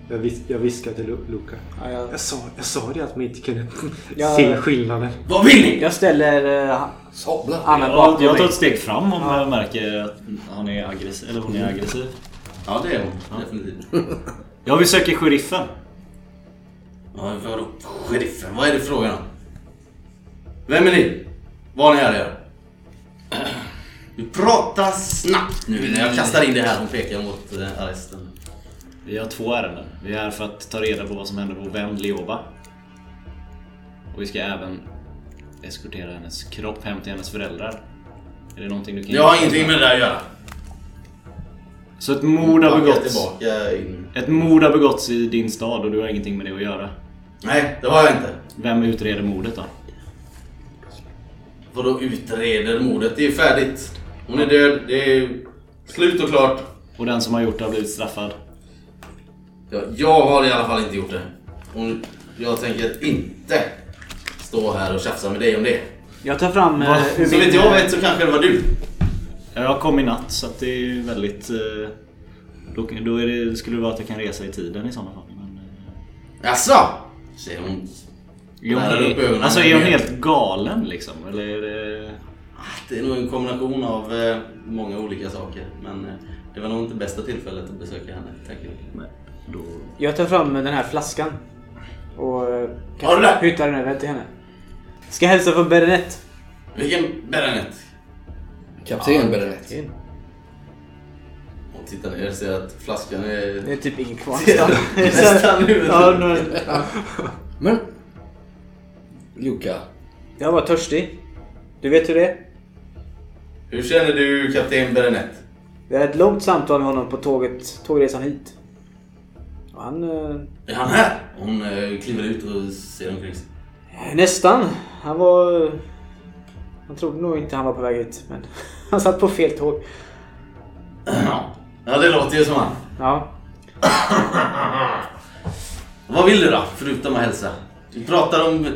Speaker 5: Jag, vis- jag viskar till Lu- Luca.
Speaker 8: Ja, jag,
Speaker 5: Jag sa, jag sa det att man inte kunde [LAUGHS]
Speaker 8: Ja.
Speaker 5: se skillnaden.
Speaker 3: Vad vill ni?
Speaker 8: jag ställer eh,
Speaker 4: Sablar.
Speaker 8: Anna
Speaker 7: Jag,
Speaker 8: bakom
Speaker 7: jag tar
Speaker 8: mig.
Speaker 7: ett steg fram om jag märker att han är aggressiv, eller hon är aggressiv.
Speaker 3: Ja, det är hon. Definitivt.
Speaker 7: Ja, vi söker sheriffen.
Speaker 3: Ja, vadå sheriffen? Vad är det frågan om? Vem är ni? Vad har ni här att göra? [CLEARS THROAT] Du pratar snabbt nu när jag kastar in det här. Hon pekar mot eh, arresten.
Speaker 7: Vi har två ärenden. Vi är här för att ta reda på vad som hände på vän Leoba. Och vi ska även eskortera hennes kropp hem till hennes föräldrar. Är det någonting du kan
Speaker 3: Jag har
Speaker 7: hjälpa oss
Speaker 3: ingenting med det där att göra.
Speaker 7: Så ett mord har
Speaker 3: Backa
Speaker 7: begåtts.
Speaker 3: tillbaka in.
Speaker 7: Ett mord har begåtts i din stad och du har ingenting med det att göra.
Speaker 3: Nej, det har jag inte.
Speaker 7: Vem utreder mordet då?
Speaker 3: Vadå utreder mordet? Det är färdigt. Hon är död. Det är slut och klart.
Speaker 7: Och den som har gjort det har blivit straffad.
Speaker 3: Ja, jag har i alla fall inte gjort det. Och jag tänker inte stå här och tjafsa med dig om det.
Speaker 8: Jag tar fram...
Speaker 7: Va?
Speaker 8: eh, ur
Speaker 3: Så
Speaker 8: min-
Speaker 3: vitt jag vet så kanske det var du.
Speaker 7: Jag kom i natt så att det är ju väldigt... eh, Då, då är det, skulle det vara att jag kan resa i tiden i sådana fall. Men, eh,
Speaker 3: Jaså? Säger hon.
Speaker 7: är hon,
Speaker 3: Där är det uppe ögonen.
Speaker 7: alltså är hon helt galen liksom? Eller är det...
Speaker 3: Ah, Det är nog en kombination av eh, många olika saker. Men eh, det var nog inte bästa tillfället att besöka henne, tänker jag.
Speaker 7: Då...
Speaker 8: Jag tar fram den här flaskan. Och eh,
Speaker 3: Har du det?
Speaker 8: hyttar den över till henne. Ska hälsa från Berenette.
Speaker 3: Vilken Berenett?
Speaker 4: Kapten Berenett.
Speaker 3: Hon tittar ner och ser att flaskan
Speaker 8: Det
Speaker 3: är
Speaker 8: är typ inget kvar
Speaker 3: [LAUGHS] nästan nu.
Speaker 8: Ja, nu-
Speaker 4: Men... Luka.
Speaker 8: Jag var törstig. Du vet hur det är.
Speaker 3: Hur känner du kapten Berenett?
Speaker 8: Vi hade ett långt samtal med honom på tåget, tågresan hit. Och han... eh,
Speaker 3: Är han här? Hon eh, kliver ut och ser omkring sig. [CLEARS THROAT]
Speaker 8: Nästan. Han var... Han trodde nog inte han var på väg hit, men [LAUGHS] han satt på fel tåg.
Speaker 3: Ja, det låter ju som han.
Speaker 8: Ja,
Speaker 3: Vad vill du då, förutom att hälsa? Du pratar om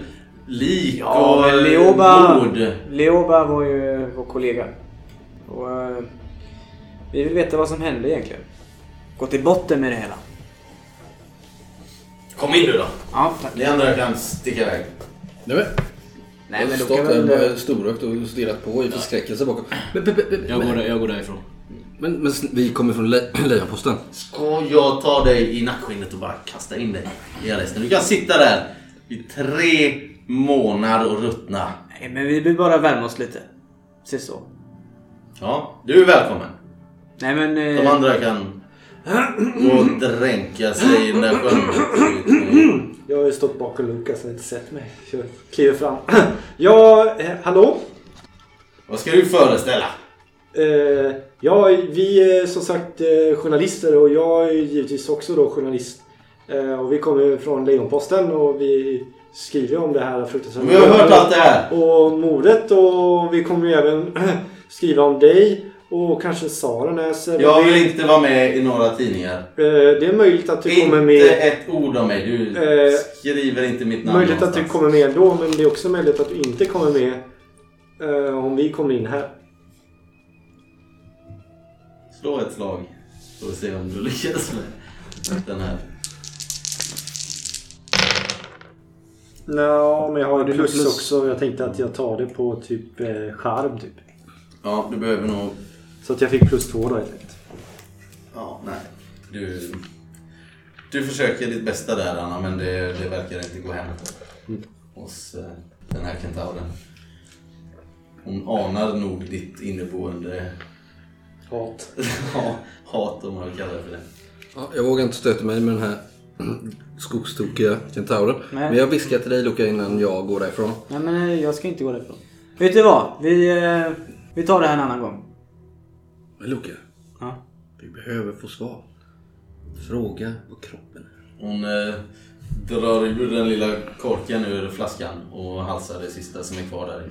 Speaker 3: lik
Speaker 8: Ja,
Speaker 3: och
Speaker 8: men
Speaker 3: eh,
Speaker 8: Leoba,
Speaker 3: mord.
Speaker 8: Leoba var ju vår kollega. Och, eh, vi vill veta vad som hände egentligen. Gå till botten med det hela.
Speaker 3: Kom in du då.
Speaker 8: Ja, tack.
Speaker 3: Ni andra kan sticka iväg.
Speaker 4: Nej, jag
Speaker 8: Nej,
Speaker 4: har
Speaker 8: men då kan
Speaker 4: stått där
Speaker 8: väl...
Speaker 4: med storögt och stirrat på i förskräckelse bakom. Men, men, men,
Speaker 7: Jag, går, jag går därifrån.
Speaker 4: men, men sn- vi kommer från Le- [CLEARS THROAT] Lejonposten.
Speaker 3: Ska jag ta dig i nackskinnet och bara kasta in dig i arresten? Du kan sitta där i tre månader och ruttna.
Speaker 8: Nej, men vi vill bara värma oss lite. Precis så.
Speaker 3: Ja, du är välkommen.
Speaker 8: Nej, men... eh,
Speaker 3: De andra kan gå och dränka sig i den där sjön.
Speaker 5: Jag har ju stått bakom Lukas och inte sett mig. Så jag kliver fram. [CLEARS THROAT] Ja, eh, hallå?
Speaker 3: Vad ska du föreställa?
Speaker 5: Eh, ja, vi är som sagt eh, journalister och jag är givetvis också då journalist. Eh, och vi kommer från Lejonposten och vi skriver om det här fruktansvärda.
Speaker 3: Vi har hört allt det här.
Speaker 5: Och mordet och vi kommer ju även [CLEARS THROAT] skriva om dig Och kanske Sarenäs. eller-
Speaker 3: Jag vill inte vara med i några tidningar.
Speaker 5: Eh, Det är möjligt att du
Speaker 3: Inte
Speaker 5: kommer med.
Speaker 3: ett ord om mig. Du
Speaker 5: Eh,
Speaker 3: skriver inte mitt namn
Speaker 5: Möjligt att du
Speaker 3: någonstans.
Speaker 5: kommer med ändå, men det är också möjligt att du inte kommer med eh, om vi kommer in här.
Speaker 3: Slå ett slag. Får vi se om du lyckas med den här.
Speaker 5: Nå, men jag har ju
Speaker 6: Plus.
Speaker 5: plus, också. Jag tänkte att jag tar det på typ eh, charm typ.
Speaker 3: Ja, du behöver nog...
Speaker 5: Så att jag fick plus två då helt enkelt.
Speaker 3: Ja, nej. Du, du försöker ditt bästa där Anna, men det, det verkar inte gå hem hos eh, den här kentauren. Hon anar nog ditt inneboende
Speaker 5: Hat.
Speaker 3: [LAUGHS] ja, hat om man vill kalla det för det.
Speaker 4: Ja, jag vågar inte stöta mig med den här [CLEARS THROAT] skogstokiga kentauren.
Speaker 8: Nej.
Speaker 4: Men jag viskar till dig Luca innan jag går därifrån.
Speaker 8: Nej men eh, jag ska inte gå därifrån. Vet du vad? Vi, eh, vi tar det här en annan gång.
Speaker 4: Men Luca,
Speaker 8: Ja.
Speaker 4: vi behöver få svar. Fråga vad kroppen är.
Speaker 3: Hon eh, drar ur den lilla korken ur flaskan och halsar det sista som är kvar där i.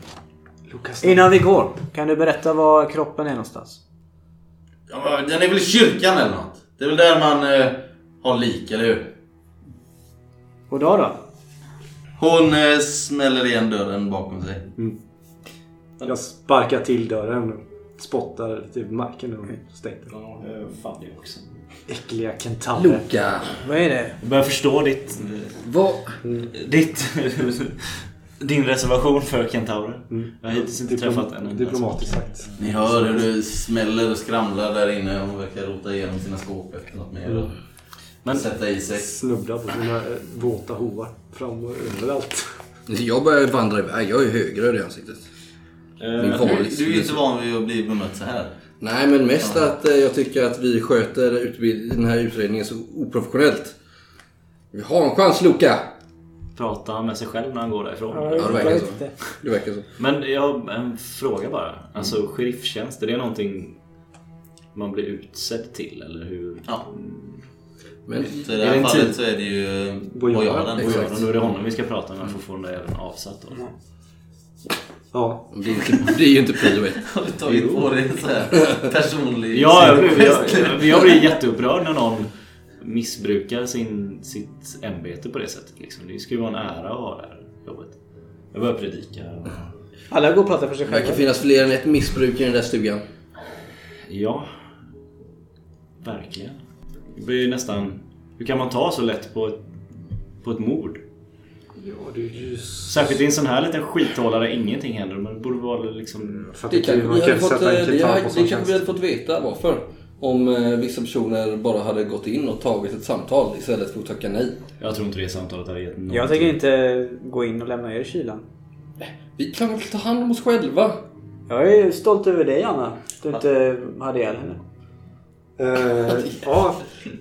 Speaker 5: Eh,
Speaker 8: Innan vi går, kan du berätta var kroppen är någonstans?
Speaker 3: Ja, men Den är väl i kyrkan eller något? Det är väl där man eh, har lik, eller hur?
Speaker 8: Och då då?
Speaker 3: Hon eh, smäller igen dörren bakom sig.
Speaker 5: Jag sparkar till dörren och spottar lite i marken och stängde den.
Speaker 7: Ja, eh, fan det också.
Speaker 5: Äckliga kentaurer.
Speaker 4: Luca,
Speaker 8: Vad är det?
Speaker 7: Jag börjar förstå ditt... eh,
Speaker 4: vad...
Speaker 7: ditt din reservation för kentaurer. Jag har hittills inte
Speaker 5: Mm. Diplom-
Speaker 7: träffat en enda
Speaker 5: Diplomatiskt sagt.
Speaker 3: Ni
Speaker 7: Mm.
Speaker 3: hör hur det smäller och skramlar där inne. Hon verkar rota igenom sina skåp efter något mer. och
Speaker 7: Mm. Men-
Speaker 3: sätta i sig.
Speaker 5: Snubblar på sina eh, våta hovar. Fram och överallt.
Speaker 4: Jag börjar vandra iväg. Jag är högröd i ansiktet.
Speaker 7: som-
Speaker 4: Min
Speaker 7: Eh,
Speaker 4: vanliga-
Speaker 3: Du är ju inte van vid att bli bemött så här.
Speaker 4: Nej, men mest att eh, jag tycker att vi sköter utbild- den här utredningen så oprofessionellt. Vi har en chans Luca!
Speaker 7: Prata med sig själv när han går därifrån.
Speaker 4: Ja, det verkar så. Det verkar så.
Speaker 7: Men jag har en fråga bara.
Speaker 4: Mm.
Speaker 7: Alltså sherifftjänst, är det någonting man blir utsedd till eller hur?
Speaker 3: Ja.
Speaker 4: Men
Speaker 3: Så i det
Speaker 7: Är det
Speaker 3: här
Speaker 7: en typ-
Speaker 3: fallet
Speaker 7: tid?
Speaker 3: så är det ju eh,
Speaker 5: Bojaden.
Speaker 3: bojaden.
Speaker 7: Och
Speaker 4: Exakt.
Speaker 7: ja, då är det honom vi ska prata med för att få den där jäveln avsatt då.
Speaker 5: Ja.
Speaker 4: det är, inte, det är ju inte E. prio ett.
Speaker 3: Har [LAUGHS] du tagit på dig en så
Speaker 7: [LAUGHS]
Speaker 3: här personlig...
Speaker 7: Ja, jag blir, jag, jag blir jätteupprörd när någon missbrukar sin, sitt ämbete på det sättet. Liksom. Det ska ju vara en ära att ha det här jobbet. Jag börjar predika.
Speaker 8: Alla går och pratar för sig
Speaker 4: Det
Speaker 8: själva.
Speaker 4: verkar finnas fler än ett missbruk i den där stugan.
Speaker 7: Ja, verkligen. Det blir ju nästan... Hur kan man ta så lätt på ett, på ett mord?
Speaker 5: ja det är ju...
Speaker 7: Särskilt i en sån här liten skithåla där ingenting händer. Men det borde vara liksom...
Speaker 5: För att
Speaker 4: Det kanske
Speaker 5: man
Speaker 4: vi, hade
Speaker 5: kan
Speaker 4: fått, eh,
Speaker 5: sätta en
Speaker 4: det,
Speaker 5: kentaur på
Speaker 4: hade-
Speaker 5: som
Speaker 4: det kanske vi
Speaker 5: tjänst.
Speaker 4: hade fått veta varför. Om eh, vissa personer bara hade gått in och tagit ett samtal istället för att tacka nej.
Speaker 7: Jag tror inte det samtalet hade gett någonting.
Speaker 8: Jag tänker inte gå in och lämna er i kylan.
Speaker 4: Vi kan väl ta hand om oss själva?
Speaker 8: Jag är stolt över dig Anna. att Du inte hade ihjäl henne.
Speaker 5: Eh, ja.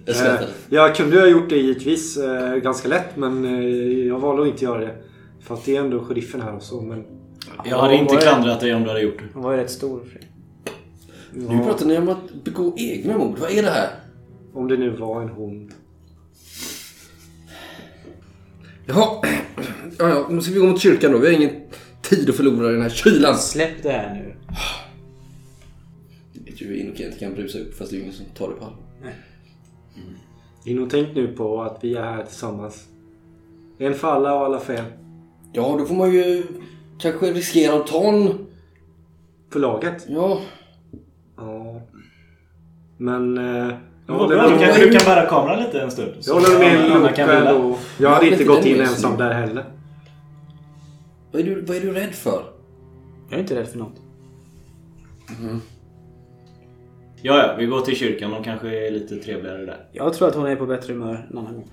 Speaker 4: Jag skrattar.
Speaker 5: Eh, jag kunde ju ha gjort det givetvis eh, ganska lätt men eh, jag valde att inte göra det. För att det är ändå sheriffen här och så men...
Speaker 7: Jag hade inte
Speaker 8: Ja,
Speaker 7: klandrat dig om du hade gjort det.
Speaker 8: Hon var ju rätt stor. och fri.
Speaker 4: Nu pratar ni om att begå egna mord. Vad är det här?
Speaker 5: Om det nu var en hon.
Speaker 4: Jaha, [CLEARS THROAT] ja, ja, nu ska vi gå mot kyrkan då. Vi har ingen tid att förlora i den här kylan.
Speaker 8: Släpp det här nu.
Speaker 4: Det vet ju hur inokent kan brusa upp fast det är ju ingen som tar det på allvar.
Speaker 5: In och tänk nu på att vi är här tillsammans. En för alla och alla för en.
Speaker 4: Ja, då får man ju kanske riskera att ta en...
Speaker 5: För laget.
Speaker 4: Ja,
Speaker 5: Ja. Men... Eh, jag,
Speaker 7: Vad
Speaker 5: håller
Speaker 7: bra, du
Speaker 5: med,
Speaker 7: kanske du kan bära kameran lite en stund.
Speaker 5: jag håller med
Speaker 7: Anna
Speaker 5: Loke
Speaker 7: kan vila.
Speaker 5: ändå. Jag
Speaker 4: Jag
Speaker 5: hade
Speaker 4: är
Speaker 5: inte
Speaker 4: lite
Speaker 5: gått in
Speaker 4: nervös
Speaker 5: ensam
Speaker 4: nu.
Speaker 5: där heller.
Speaker 4: vad är du, vad är du rädd för?
Speaker 8: Jag är inte rädd för något.
Speaker 7: Ja, ja, vi går till kyrkan. De kanske är lite trevligare där.
Speaker 8: Jag tror att hon är på bättre humör en annan gång.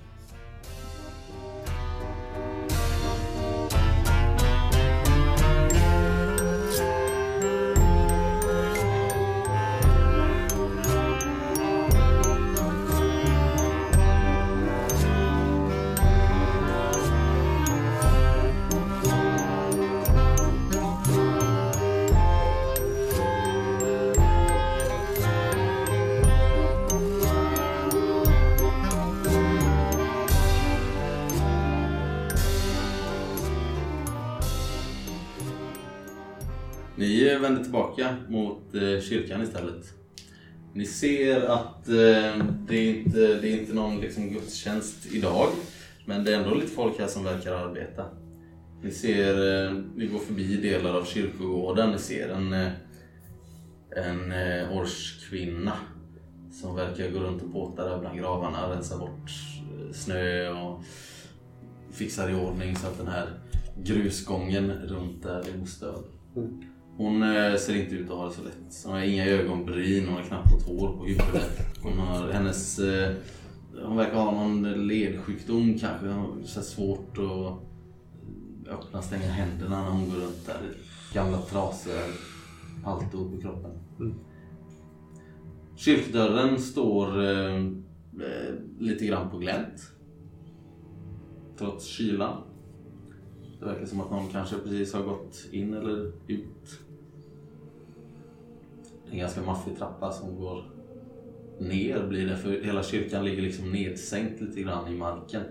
Speaker 3: vänder tillbaka mot eh, kyrkan istället. Ni ser att eh, det är inte det är inte någon liksom, gudstjänst idag. Men det är ändå lite folk här som verkar arbeta. Ni ser, eh, ni går förbi delar av kyrkogården. Ni ser en, eh, en eh, årskvinna som verkar gå runt och påta där bland gravarna. Rensar bort eh, snö och fixar i ordning så att den här grusgången runt där är ostörd. Hon eh, ser inte ut att ha det så lätt. Hon har inga ögonbryn, hon har knappt något hår på huvudet. Hon, har, hennes, eh, hon verkar ha någon ledsjukdom kanske. Hon har så här svårt att öppna och stänga händerna när hon går runt där. Gamla trasor, paltor på kroppen. Kyrkdörren står eh, eh, lite grann på glänt. Trots kylan. Det verkar som att någon kanske precis har gått in eller ut. Det är en ganska maffig trappa som går ner blir det för hela kyrkan ligger liksom nedsänkt lite grann i marken.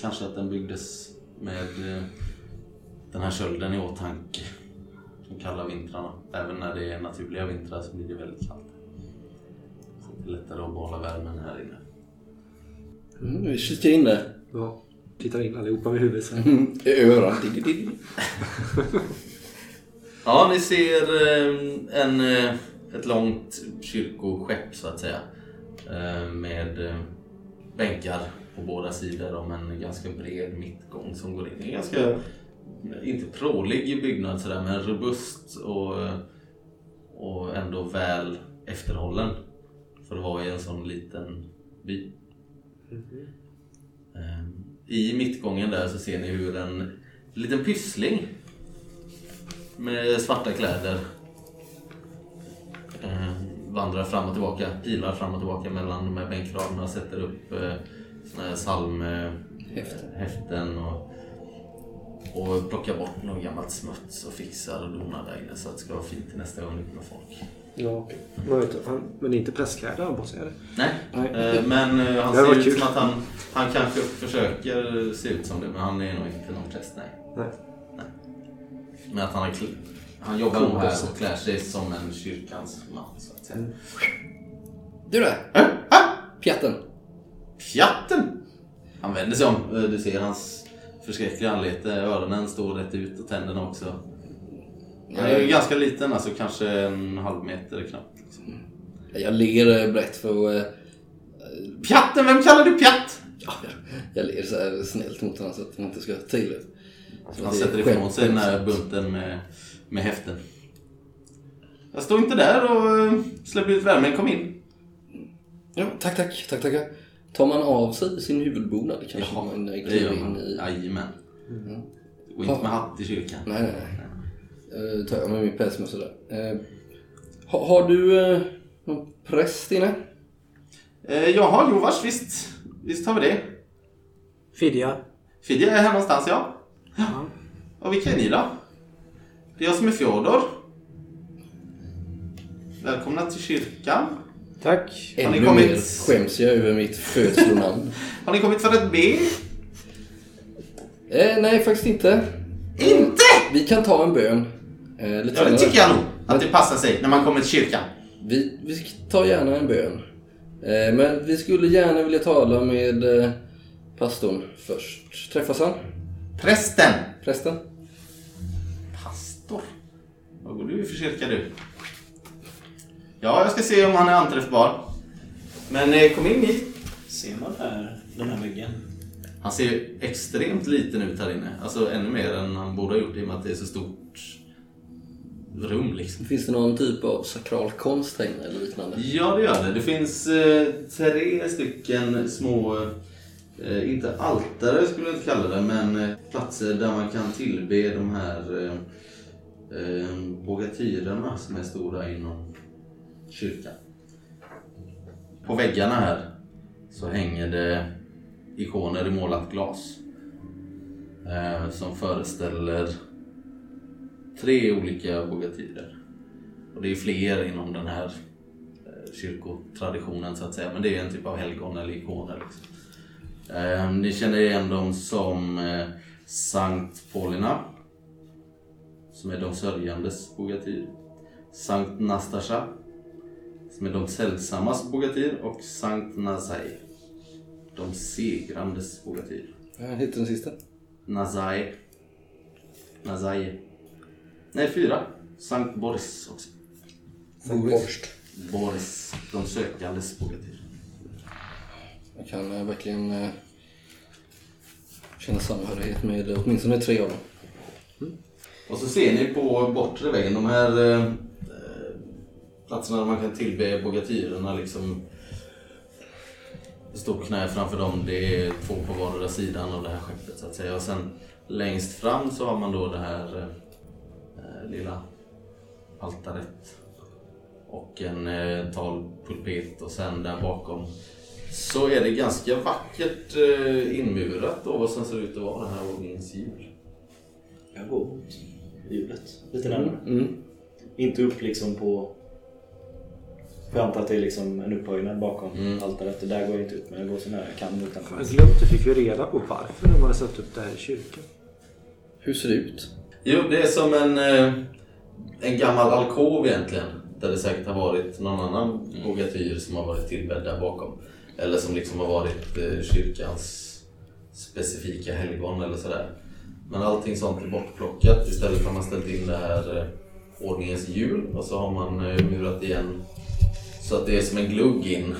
Speaker 3: Kanske att den byggdes med eh, den här kölden i åtanke. De kalla vintrarna. Även när det är naturliga vintrar så blir det väldigt kallt. Så det är lättare att behålla värmen här inne.
Speaker 4: Mm, vi kikar in där.
Speaker 5: Ja, tittar in allihopa med huvudet så här.
Speaker 4: Mm, Överallt. Dig, dig, dig.
Speaker 3: Ja, ni ser eh, en, eh, ett långt kyrkoskepp så att säga. Eh, Med eh, bänkar på båda sidor om en ganska bred mittgång som går in. Det är en ganska, inte prålig byggnad sådär, men robust och, eh, och ändå väl efterhållen. För att vara i en sån liten by. Eh, I mittgången där så ser ni hur en liten pyssling med svarta kläder. Eh, vandrar fram och tillbaka, pilar fram och tillbaka mellan de här bänkraderna, sätter upp eh, såna här psalmhäften häften och, och plockar bort något gammalt smuts och fixar och donar där inne så att det ska vara fint till nästa gång det kommer folk.
Speaker 5: Ja, okej. Men vet du, han- Men det är inte prästkläder han på sig eller?
Speaker 3: Nej,
Speaker 5: Nej.
Speaker 3: eh, men eh, han
Speaker 5: Det här var
Speaker 3: ser ut
Speaker 5: kul.
Speaker 3: som att han, han kanske försöker se ut som det, men han är nog inte någon präst, nej.
Speaker 5: Nej.
Speaker 3: Men att han, har kl- han jobbar nog här
Speaker 5: alltså.
Speaker 3: och klär sig som en kyrkans man så att säga.
Speaker 5: Mm.
Speaker 3: Äh,
Speaker 4: Du där! Ah, ah, Pjatten!
Speaker 3: Pjatten! Han vänder sig om. Eh, Du ser hans förskräckliga anlete. Öronen står rätt ut och tänderna också. Han är ju ganska liten, alltså kanske en halv meter knappt. Liksom.
Speaker 4: Jag ler eh, brett för eh,
Speaker 3: Pjatten! Vem kallar du pjatt?
Speaker 4: ja, jag ler så här snällt mot honom så att han inte ska ta illa upp. Så
Speaker 3: Han
Speaker 4: det är
Speaker 3: sätter ifrån
Speaker 4: skämt-
Speaker 3: sig den här bunten med, med häften. Jag står inte där och eh, släpper ut värmen. Kom in.
Speaker 4: Ja, tack, tack, tack, tack. Tar man av sig sin huvudbonad kanske man eh,
Speaker 3: Det gör
Speaker 4: kliver
Speaker 3: man.
Speaker 4: in i...
Speaker 3: Jajamän. Gå inte med hatt i kyrkan.
Speaker 4: Nej, nej, nej. Eh, tar jag med min pälsmössa där. Eh, ha, har du eh, någon präst inne?
Speaker 3: Eh, jaha, jo vars visst. Visst har vi det.
Speaker 8: Fidja.
Speaker 3: Fidja är här någonstans ja. Och vilka är ni då? Det är jag som är Fjodor. Välkomna till kyrkan.
Speaker 8: Tack.
Speaker 3: Har ni
Speaker 4: Ännu
Speaker 3: kommit-
Speaker 4: mer skäms jag över
Speaker 3: [LAUGHS]
Speaker 4: mitt födslovnamn.
Speaker 3: Har ni kommit för att be?
Speaker 4: eh, nej, faktiskt inte.
Speaker 3: Inte!
Speaker 4: Vi kan ta en bön. Eh, lite
Speaker 3: Ja, det
Speaker 4: senare.
Speaker 3: tycker jag nog. Att det passar sig när man kommer till kyrkan.
Speaker 4: Vi, vi tar gärna en bön. Eh, men vi skulle gärna vilja tala med eh, pastorn först. Träffas han?
Speaker 3: Prästen.
Speaker 4: Prästen?
Speaker 3: Pastor? Vad går du för kyrka du? Ja, jag ska se om han är anträffbar. Men eh, kom in ni.
Speaker 7: Ser man där, den här väggen?
Speaker 3: Han ser ju extremt liten ut här inne. Alltså ännu mer än han borde ha gjort i och med att det är så stort rum liksom.
Speaker 4: Finns det någon typ av sakral konst här inne eller liknande?
Speaker 3: Ja, det gör det. Det finns eh, tre stycken små, eh, inte altare skulle jag inte kalla det, men eh, platser där man kan tillbe de här eh, eh, bogatyrerna som är stora inom kyrkan. På väggarna här så hänger det ikoner i målat glas eh, som föreställer tre olika bogatyrer. Och det är fler inom den här eh, kyrkotraditionen så att säga. Men det är en typ av helgon eller ikoner. Liksom. Eh, ni känner igen dem som eh, Sankt Paulina som är de sörjandes bogatyr. Sankt Nastasha, som är de sällsammas bogatyr. Och Sankt Nazai, de segrandes bogatyr.
Speaker 4: Jag hittade den sista.
Speaker 3: Nazai. Nazai. Nej, fyra. Sankt Boris också.
Speaker 4: Boris.
Speaker 3: Boris, de sökandes bogatyr.
Speaker 4: Jag kan eh, verkligen eh, känna samhörighet med eh, åtminstone tre av dem.
Speaker 3: Och så ser ni på bortre väggen de här eh, eh, platserna där man kan tillbe bogatyrerna liksom. Det står knä framför dem. Det är två på vardera sidan av det här skeppet så att säga. Och sen längst fram så har man då det här eh, eh, lilla altaret. Och en eh, tal pulpet och sen där bakom så är det ganska vackert eh, inmurat då vad som ser ut att vara den här ordningens hjul.
Speaker 10: Jag går mot hjulet lite närmare.
Speaker 7: Mm,
Speaker 10: Inte upp liksom på... För jag antar att det är liksom en upphöjnad bakom
Speaker 3: Mm.
Speaker 10: altaret. Det där går jag inte upp men jag går så nära jag kan utanför.
Speaker 5: Jag glömde, Alltså, fick vi reda på varför de hade satt upp det här i kyrkan.
Speaker 4: Hur ser det ut?
Speaker 3: Jo, det är som en, eh, en gammal alkov egentligen. Där det säkert har varit någon annan bogatyr som har varit tillbedd där bakom. Eller som liksom har varit eh, kyrkans specifika helgon eller sådär. Men allting sånt är bortplockat. Istället har man ställt in det här eh, ordningens hjul och så har man eh, murat igen så att det är som en glugg in.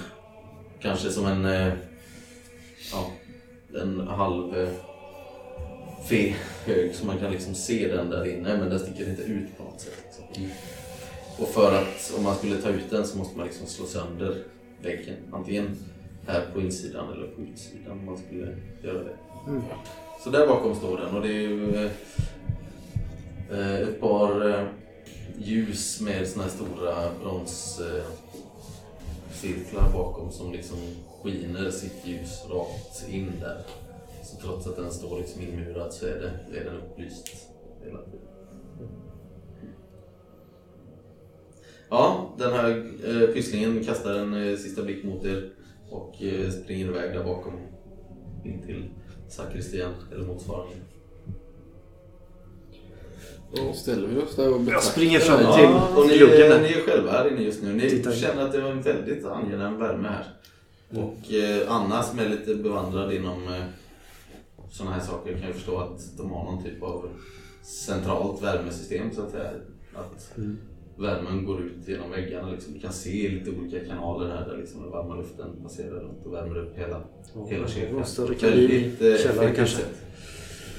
Speaker 3: Kanske som en, eh, ja, en halv eh, fe hög så man kan liksom se den där inne men den sticker inte ut på något sätt. Liksom. Och för att om man skulle ta ut den så måste man liksom slå sönder väggen. Antingen här på insidan eller på utsidan om man skulle göra det. Så där bakom står den och det är ju eh, eh, ett par eh, ljus med såna här stora bronscirklar eh, cirklar bakom som liksom skiner sitt ljus rakt in där. Så trots att den står liksom inmurad så är, det, är den upplyst hela tiden. Ja, den här eh, pysslingen kastar en eh, sista blick mot er och eh, springer iväg där bakom in till sakristian eller motsvarande.
Speaker 4: Då ställer vi oss där och
Speaker 5: Jag
Speaker 4: betraktar.
Speaker 5: springer fram
Speaker 3: Ja,
Speaker 5: till
Speaker 3: och ni,
Speaker 5: gluggen
Speaker 3: är,
Speaker 5: där.
Speaker 3: ni är själva här inne just nu. Ni
Speaker 5: Tittar.
Speaker 3: känner att det var en väldigt angenäm värme här. Och eh, Anna som är lite bevandrad inom eh, sådana här saker kan ju förstå att de har någon typ av centralt värmesystem så att säga. Att
Speaker 5: Mm.
Speaker 3: värmen går ut genom väggarna. Liksom. Du kan se lite olika kanaler här där liksom den varma luften passerar runt och värmer upp hela, hela
Speaker 5: de har
Speaker 3: kyrkan.
Speaker 5: en större kamin i
Speaker 3: Väldigt eh,
Speaker 5: källaren
Speaker 3: effektivt
Speaker 5: kanske.
Speaker 3: sätt.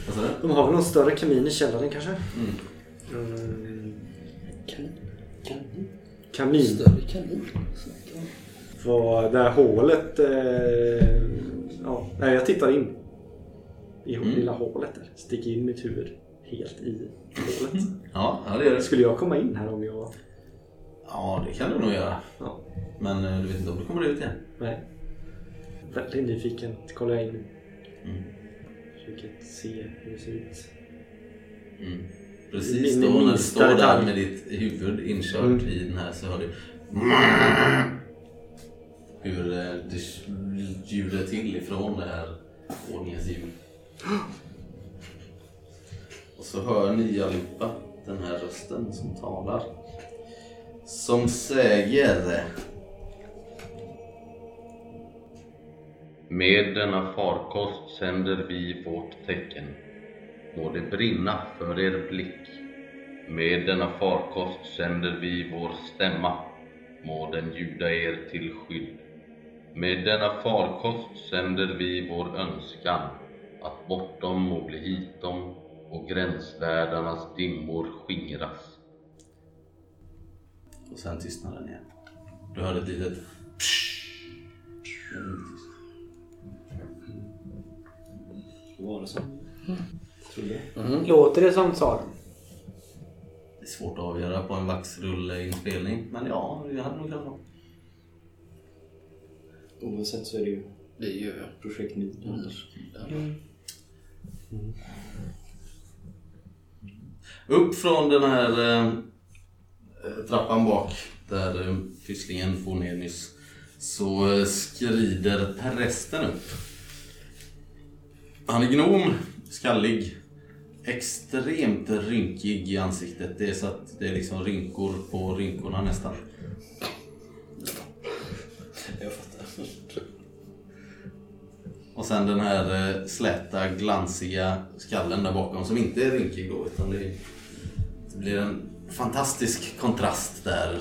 Speaker 3: Vad sa du?
Speaker 5: De har väl någon större kamin i källaren kanske?
Speaker 3: Mm.
Speaker 5: Mm.
Speaker 4: Kanin. Kanin.
Speaker 5: Kamin.
Speaker 4: Större kanin.
Speaker 5: Vad, det här hålet... Eh, ja, nej, jag tittar in. I
Speaker 3: Mm.
Speaker 5: lilla hålet där. Sticker in mitt huvud helt i hålet.
Speaker 3: Ja, ja, det gör det.
Speaker 5: Skulle jag komma in här om jag...
Speaker 3: Ja, det kan du nog göra.
Speaker 5: Ja.
Speaker 3: Men eh, du vet inte om du kommer ut igen.
Speaker 5: Nej. Väldigt nyfiken. Kollar jag in.
Speaker 3: Mm.
Speaker 5: Försöker se hur det ser ut.
Speaker 3: Mm. Precis
Speaker 5: In i
Speaker 3: då när du
Speaker 5: minsta
Speaker 3: står där
Speaker 5: detalj.
Speaker 3: med ditt huvud inkört
Speaker 5: Mm.
Speaker 3: i den här så hör du hur eh, det ljuder till ifrån det här ordningens ljud. Och så hör ni allihopa den här rösten som talar. Som säger Med denna farkost sänder vi vårt tecken. Må det brinna för er blick. Med denna farkost sänder vi vår stämma. Må den ljuda er till skydd. Med denna farkost sänder vi vår önskan att bortom och bli hitom och gränsvärldarnas dimmor skingras. Och sen tystnar den igen. Du hör ett litet
Speaker 10: Vad var det som?
Speaker 7: Mm.
Speaker 8: Mm. Låter det som Sar?
Speaker 3: Det är svårt att avgöra på en vaxrulleinspelning, men ja, jag hade nog kunnat vara.
Speaker 10: Oavsett så är det ju
Speaker 4: Det gör jag.
Speaker 10: projekt
Speaker 7: Mm.
Speaker 10: 9 annars.
Speaker 3: Upp från den här eh, trappan bak, där eh, pysslingen for ner nyss, så eh, skrider prästen upp. Han är gnom, skallig, extremt rynkig i ansiktet. Det är så att det är liksom rynkor på rynkorna nästan.
Speaker 10: Jag fattar.
Speaker 3: Och sen den här eh, släta, glansiga skallen där bakom som inte är rynkig då utan det, är, det blir en fantastisk kontrast där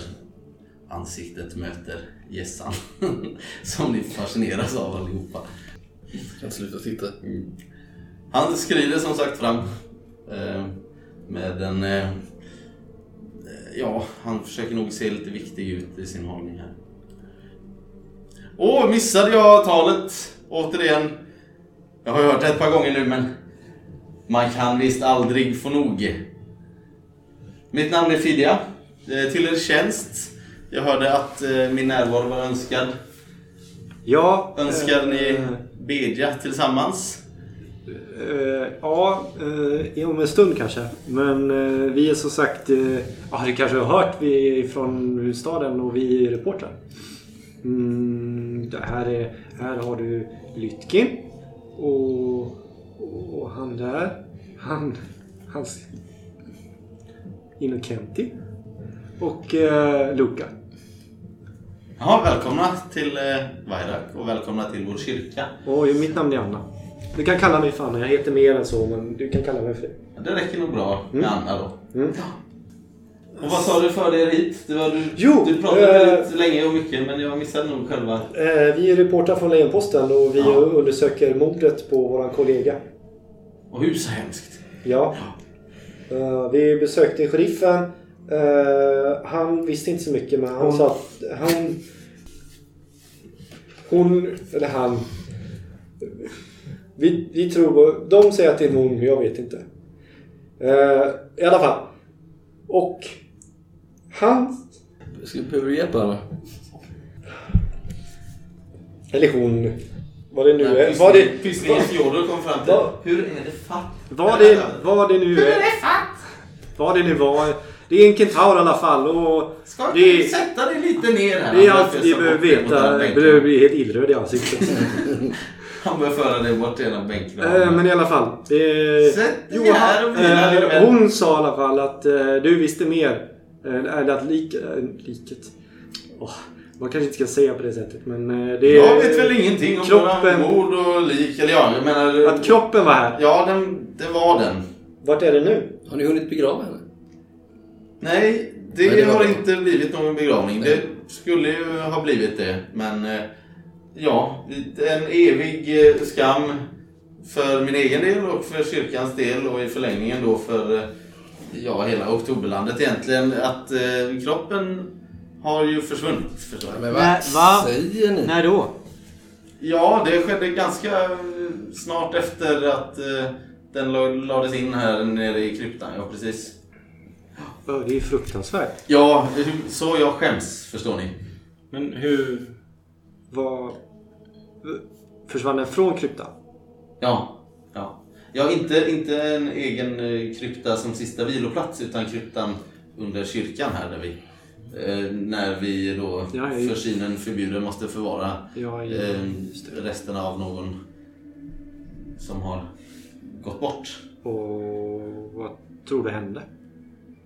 Speaker 3: ansiktet möter gässan [LAUGHS] som ni fascineras av allihopa.
Speaker 4: Kan sluta titta.
Speaker 3: Han skrider som sagt fram eh, med en... Eh, ja, han försöker nog se lite viktig ut i sin hållning här. Åh, missade jag talet återigen? Jag har ju hört det ett par gånger nu men man kan visst aldrig få nog. Mitt namn är Fidja. Eh, Till er tjänst. Jag hörde att eh, min närvaro var önskad.
Speaker 5: Ja.
Speaker 3: Önskar
Speaker 5: eh,
Speaker 3: ni bedja tillsammans?
Speaker 5: Eh, ja, eh, om en stund kanske. Men eh, vi är som sagt... Eh, ja, du kanske har hört? Vi är från huvudstaden och vi är reportrar. Mm, det här, är, här har du Lytkin. Och, och han där. Han... Hans... Innocenti. Och eh, Luca.
Speaker 3: Ja, välkomna till eh, Vajrak och välkomna till vår kyrka.
Speaker 5: Och mitt namn är Anna. Du kan kalla mig för Anna. Jag heter mer än så, men du kan kalla mig för det.
Speaker 3: Det räcker nog bra med Anna då.
Speaker 5: Mm.
Speaker 3: Och vad sa du för er hit? Det var, du,
Speaker 5: Jo,
Speaker 3: du pratade
Speaker 5: eh,
Speaker 3: väldigt länge och mycket men jag missade nog själva.
Speaker 9: Eh, vi är reportrar från Lejonposten och vi undersöker mordet på vår kollega.
Speaker 3: Och hur så hemskt?
Speaker 9: Ja. Eh, vi besökte sheriffen. Eh, han visste inte så mycket men han sa att han... Hon, eller han... Vi, vi tror på... De säger att det är en hon, men jag vet inte. Eh, I alla fall. Och han,
Speaker 4: Ska, behöver du hjälp Anna?
Speaker 9: eller hon, vad det nu
Speaker 5: Eh,
Speaker 9: är. Vad det,
Speaker 3: Pysslingens Fjodor kom fram till.
Speaker 9: Vad-
Speaker 3: Hur är det fatt?
Speaker 5: Vad det, vad det nu är. Vad det nu var. Det är en kentaur i alla fall. Och
Speaker 3: Ska
Speaker 5: det,
Speaker 3: du sätta dig lite ner här?
Speaker 5: det är
Speaker 3: Han
Speaker 5: allt
Speaker 3: börjar
Speaker 5: vi
Speaker 3: fösa
Speaker 5: behöver
Speaker 3: bort dig mot den
Speaker 5: veta. Jag
Speaker 3: bänken.
Speaker 5: börjar bli helt illröd i ansiktet.
Speaker 3: [LAUGHS] Han börjar föra dig bort genom bänkraden.
Speaker 5: Eh, Men i alla fall. eh,
Speaker 3: Sätt dig
Speaker 5: Johan-
Speaker 3: här och vila,
Speaker 5: eh,
Speaker 3: lille vän.
Speaker 5: Hon sa i alla fall att eh, du visste mer. Eh, Eller att lik, eh, liket... Åh, man kanske inte ska säga på det sättet men eh, det...
Speaker 3: Jag vet väl ingenting om
Speaker 5: kroppen,
Speaker 3: kroppen... mord och lik. Eller ja, jag menar...
Speaker 5: Att kroppen var här.
Speaker 3: Ja, den, det var den.
Speaker 9: vart är det nu?
Speaker 4: Har ni hunnit begrava henne?
Speaker 3: Nej, det,
Speaker 4: Nej, det var
Speaker 3: har
Speaker 4: det.
Speaker 3: inte blivit någon begravning. Det skulle ju ha blivit det, men eh, ja, en evig eh, skam för min egen del och för kyrkans del och i förlängningen då för eh, ja, hela Oktoberlandet egentligen att eh, kroppen har ju försvunnit. Förstår jag.
Speaker 4: Men vad
Speaker 6: Nej, va?
Speaker 4: säger ni?
Speaker 6: När då?
Speaker 3: Ja, det skedde ganska eh, snart efter att eh, den la- lades in här nere i kryptan. Ja, precis.
Speaker 5: Ja, Det är fruktansvärt.
Speaker 3: Ja, hur- så jag skäms, förstår ni.
Speaker 7: Men hur...
Speaker 5: Vad... Försvann den från kryptan?
Speaker 3: Ja, ja. ja inte, inte en egen eh, krypta som sista viloplats utan kryptan under kyrkan här där vi eh, när vi då
Speaker 5: Ja, ja,
Speaker 3: för synen förbjuder måste förvara
Speaker 5: Ja, ja,
Speaker 3: eh,
Speaker 5: just det.
Speaker 3: resterna av någon som har gått bort.
Speaker 5: Och vad tror du hände?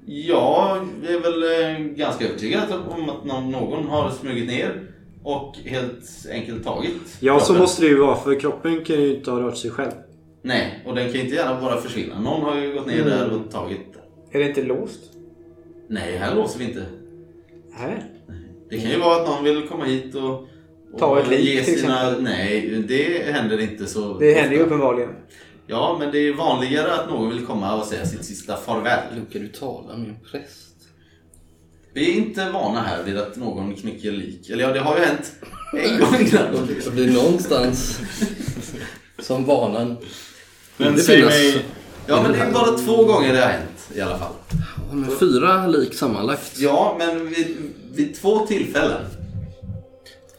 Speaker 3: Ja, vi är väl eh, ganska övertygade om att någon, någon har smugit ner och helt enkelt tagit
Speaker 5: Ja, så
Speaker 3: kroppen.
Speaker 5: måste det ju vara för kroppen kan ju inte ha rört sig själv.
Speaker 3: Nej, och den kan ju inte gärna bara försvinna. Någon har ju gått ner
Speaker 8: Mm.
Speaker 3: där och tagit den.
Speaker 8: Är det inte låst?
Speaker 3: Nej, här låser vi inte.
Speaker 8: Nej.
Speaker 3: Det kan ju vara att någon vill komma hit och, och
Speaker 8: Ta ett lik,
Speaker 3: ge
Speaker 8: till
Speaker 3: sina... Nej, det händer inte så
Speaker 8: Det händer ju
Speaker 3: ofta.
Speaker 8: uppenbarligen.
Speaker 3: Ja, men det är vanligare att någon vill komma och säga sitt sista farväl.
Speaker 4: Luka, du talar med en präst.
Speaker 3: Vi är inte vana här vid att någon knycker lik. Eller ja, det har ju hänt en gång innan.
Speaker 4: Det blir någonstans som vanan.
Speaker 7: Men
Speaker 4: Det
Speaker 7: säg
Speaker 4: finns-
Speaker 7: mig...
Speaker 3: Ja, men det är bara två gånger det har hänt i alla fall.
Speaker 4: Ja, men fyra lik sammanlagt.
Speaker 3: Ja, men vid, vid två tillfällen.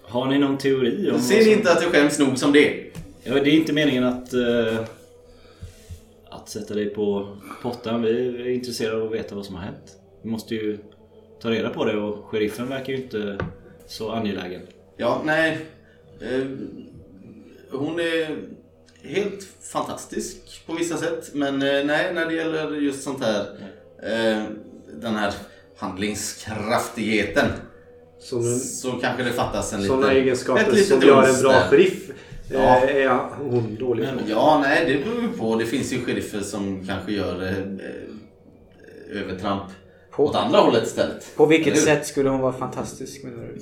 Speaker 7: Har ni någon teori om...
Speaker 3: Ser ni inte att jag skäms nog som det är?
Speaker 7: Ja, det är inte meningen att... eh, att sätta dig på pottan. Vi är intresserade av att veta vad som har hänt. Vi måste ju ta reda på det och sheriffen verkar ju inte så angelägen.
Speaker 3: Ja, nej. Eh, Hon är helt fantastisk på vissa sätt. Men eh, nej, när det gäller just sånt här. Eh, den här handlingskraftigheten.
Speaker 5: Som en-
Speaker 3: så kanske det fattas en liten...
Speaker 5: Sådana
Speaker 3: ett
Speaker 5: egenskaper
Speaker 3: litet
Speaker 5: som gör en
Speaker 3: uns
Speaker 5: bra
Speaker 3: där.
Speaker 5: sheriff eh,
Speaker 3: Ja.
Speaker 5: är hon dålig på.
Speaker 3: Men, ja, nej, det beror ju på. Det finns ju sheriffer som kanske gör eh, eh, övertramp åt andra hållet istället.
Speaker 8: På vilket
Speaker 3: Eller hur?
Speaker 8: sätt skulle hon vara fantastisk menar du?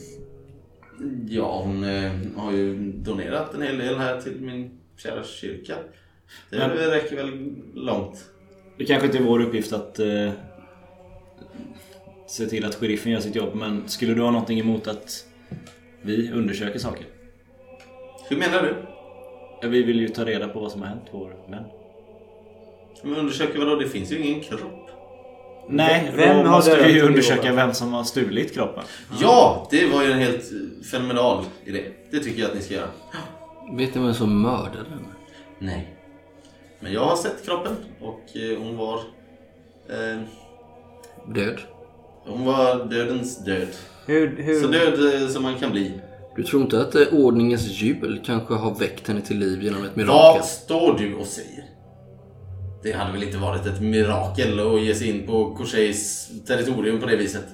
Speaker 3: Ja, hon eh, har ju donerat en hel del här till min kära kyrka. Det
Speaker 7: Men-
Speaker 3: räcker väl långt.
Speaker 7: Det kanske inte är vår uppgift att eh, se till att sheriffen gör sitt jobb, men skulle du ha någonting emot att vi undersöker saker?
Speaker 3: Hur menar du?
Speaker 7: Ja, Vi vill ju ta reda på vad som har hänt vår vän.
Speaker 3: Men undersöker vadå? Det finns ju ingen kropp.
Speaker 7: Nej,
Speaker 8: vem
Speaker 7: då
Speaker 8: har
Speaker 7: måste
Speaker 8: dödat
Speaker 7: vi ju
Speaker 8: Leora?
Speaker 7: undersöka vem som har stulit kroppen.
Speaker 3: Ja, det var ju en helt eh, fenomenal idé. Det tycker jag att ni ska göra.
Speaker 4: Vet ni vem som mördade den?
Speaker 3: Nej. Men jag har sett kroppen och eh, hon var... Eh,
Speaker 4: Död.
Speaker 3: hon var dödens död.
Speaker 8: Hur,
Speaker 3: Så
Speaker 8: hur,
Speaker 3: död eh, som man kan bli.
Speaker 4: Du tror inte att eh, ordningens jubel kanske har väckt henne till liv genom ett mirakel?
Speaker 3: Vad står du och säger? Det hade väl inte varit ett mirakel att ge sig in på Corsays territorium på det viset?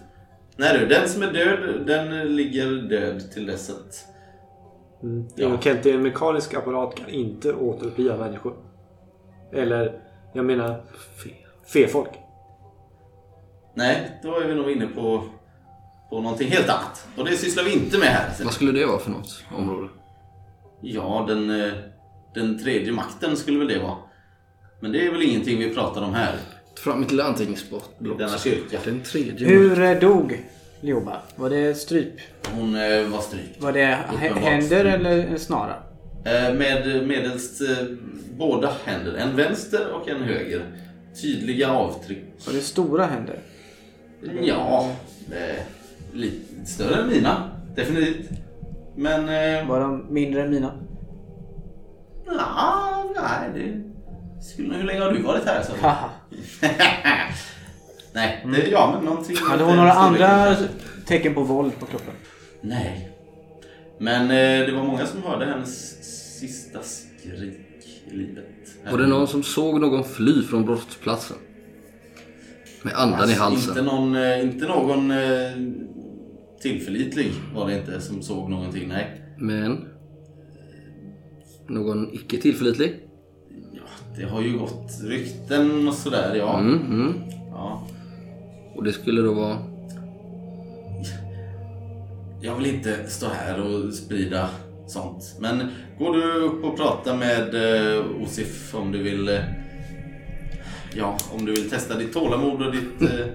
Speaker 3: Nej du, den som är död, den ligger död till dess att...
Speaker 5: Ja. Kent, en mekanisk apparat kan inte återuppliva människor. Eller, jag menar, fefolk.
Speaker 3: Nej, då är vi nog inne på, på någonting helt annat. Och det sysslar vi inte med här.
Speaker 4: Vad skulle det vara för något område?
Speaker 3: Ja, den, eh, den tredje makten skulle väl det vara. Men det är väl ingenting vi pratar om här.
Speaker 4: Fram till anteckningsblock.
Speaker 3: Denna kyrka.
Speaker 4: Den tredje.
Speaker 8: hur eh, dog Lioba? Var det stryp?
Speaker 3: Hon eh, var strypt.
Speaker 8: Var det hä-
Speaker 3: Uppenbart
Speaker 8: händer
Speaker 3: stryp.
Speaker 8: eller en snara?
Speaker 3: Eh, Med medelst eh, båda händer, en vänster och en höger. Tydliga avtryck.
Speaker 8: Var det stora händer?
Speaker 3: Ja, eh, lite större än mina. Definitivt. Men... Eh,
Speaker 8: Var de mindre än mina?
Speaker 3: nja, nej, det skulle... Hur länge har du varit här? Så?
Speaker 8: Haha.
Speaker 3: [LAUGHS] nej, det, ja men någonting...
Speaker 8: Mm. Hade hon några andra tecken på våld på kroppen?
Speaker 3: Nej. Men eh, det var många som hörde hennes sista skrik i livet.
Speaker 4: Var det någon som såg någon fly från brottsplatsen? Med andan i
Speaker 3: Alltså,
Speaker 4: halsen.
Speaker 3: Inte någon, eh, inte någon eh, tillförlitlig var det inte som såg någonting, nej.
Speaker 4: Men... Någon icke tillförlitlig?
Speaker 3: Ja, det har ju gått rykten och sådär, ja.
Speaker 4: Mm, mm.
Speaker 3: ja.
Speaker 4: Och det skulle då vara...
Speaker 3: Jag vill inte stå här och sprida sånt. Men går du upp och pratar med eh, Osif om du vill... Eh, ja, om du vill testa ditt tålamod och
Speaker 4: [LAUGHS]
Speaker 3: ditt... Eh,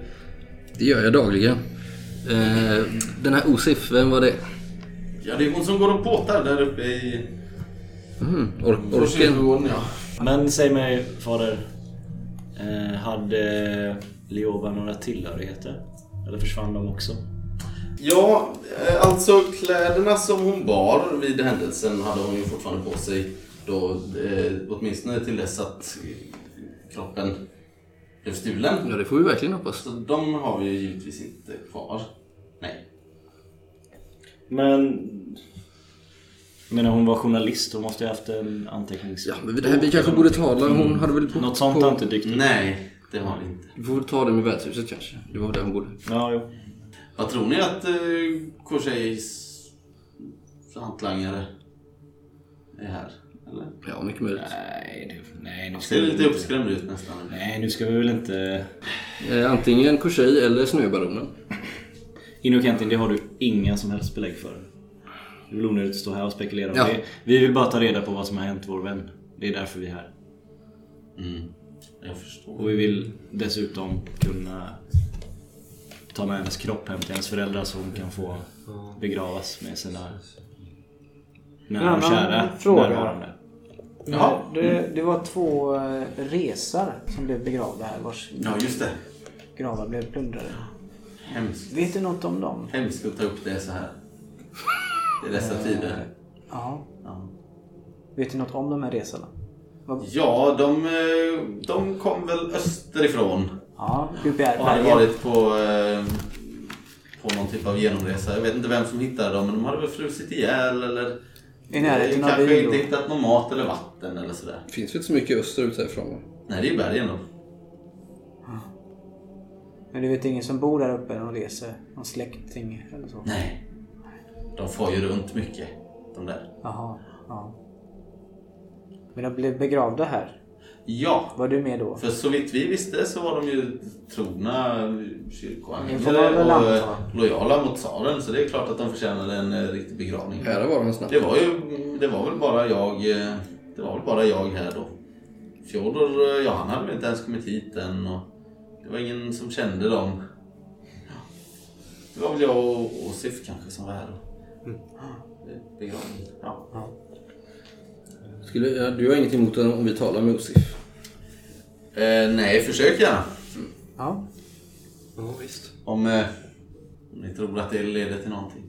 Speaker 4: Det gör jag dagligen. Eh, den här Osif, vem var det?
Speaker 3: ja, det är hon som går och påtar där uppe i...
Speaker 4: Mm, or- orken?
Speaker 3: Kyrkogården, ja.
Speaker 7: Men säg mig fader. Eh, hade Leova några tillhörigheter? Eller försvann de också?
Speaker 3: Ja, eh, alltså kläderna som hon bar vid händelsen hade hon ju fortfarande på sig. Då, eh, åtminstone till dess att eh, kroppen blev stulen.
Speaker 4: Ja, det får vi verkligen hoppas.
Speaker 3: Så de har vi ju givetvis inte kvar. Nej.
Speaker 7: Men... Jag menar hon var journalist, hon måste ju haft en antecknings...
Speaker 4: Ja, men det här, vi kanske borde tala... Hon hade väl... på-
Speaker 7: Något sånt typ. har
Speaker 4: på,
Speaker 7: inte dykt upp.
Speaker 3: Nej, det har vi inte.
Speaker 4: Mm. Vi får väl ta det med värdshuset kanske. Det var där hon bodde.
Speaker 7: Ja, jo.
Speaker 3: Vad tror ni att eh, Corsays hantlangare är här? Eller?
Speaker 4: Ja, mycket möjligt.
Speaker 7: Nej, du, nej, nu
Speaker 3: Han
Speaker 7: ska
Speaker 3: ser
Speaker 7: vi
Speaker 3: lite
Speaker 7: inte-
Speaker 3: uppskrämd ut nästan.
Speaker 7: Nej, nu ska vi väl inte...
Speaker 4: Eh, antingen Korsej eller Snöbaronen.
Speaker 7: Inokentin, det har du ingen som helst belägg för. Det är väl onödigt att stå här och spekulera om
Speaker 4: Ja.
Speaker 7: det. Vi vill bara ta reda på vad som har hänt vår vän. Det är därför vi är här.
Speaker 3: Mm. Jag förstår.
Speaker 7: Och vi vill dessutom kunna ta med hennes kropp hem till hennes föräldrar så hon kan få begravas med sina
Speaker 8: En
Speaker 7: nära
Speaker 8: annan
Speaker 7: och kära
Speaker 8: fråga.
Speaker 7: närvarande.
Speaker 3: Jaha. Mm.
Speaker 8: Det, det var två eh, resar som blev begravda här vars
Speaker 3: Ja, just det.
Speaker 8: gravar blev plundrade.
Speaker 3: Hemskt.
Speaker 8: Vet du något om dem?
Speaker 3: Hemskt att ta upp det så här. I dessa tider.
Speaker 8: Ja.
Speaker 3: Ja.
Speaker 8: Vet du något om de här resorna? Vad-
Speaker 3: Ja, de, eh, de kom väl österifrån
Speaker 8: Ja,
Speaker 3: och hade
Speaker 8: Gubbiärbergen.
Speaker 3: varit på, eh, på någon typ av genomresa. Jag vet inte vem som hittade dem, men de hade väl frusit ihjäl eller
Speaker 6: I närheten av
Speaker 3: Kanske
Speaker 6: bil
Speaker 3: inte
Speaker 6: och...
Speaker 3: hittat någon mat eller vatten eller sådär.
Speaker 4: Det finns ju inte så mycket österut härifrån. va?
Speaker 3: Nej, det är ju bergen då.
Speaker 6: Men du vet ingen som bor där uppe? Någon reser? Någon släkting eller så?
Speaker 3: Nej. De far ju runt mycket, de där.
Speaker 6: Jaha. Ja. Men de blev begravda här?
Speaker 3: Ja,
Speaker 6: Var du med då?
Speaker 3: för så vitt vi visste så var de ju trogna
Speaker 6: Det får man
Speaker 3: kyrkoanhängare
Speaker 6: väl
Speaker 3: och
Speaker 6: anta.
Speaker 3: eh, lojala mot tsaren. Så det är klart att de förtjänade en eh, riktig begravning.
Speaker 4: Här var de snabbt.
Speaker 3: Det var ju, det var väl bara jag, eh, det var väl bara jag här då. Fjodor, eh, ja han hade väl inte ens kommit hit än och det var ingen som kände dem. Ja. Det var väl jag och Osif kanske som var här då.
Speaker 6: Mm.
Speaker 3: Det- begravningen. Ja.
Speaker 4: Skulle, ja, du har inget emot om vi talar med Osif?
Speaker 3: Eh, nej, försök gärna.
Speaker 6: Ja.
Speaker 5: Ja, visst.
Speaker 3: Om, eh, om ni tror att det leder till någonting.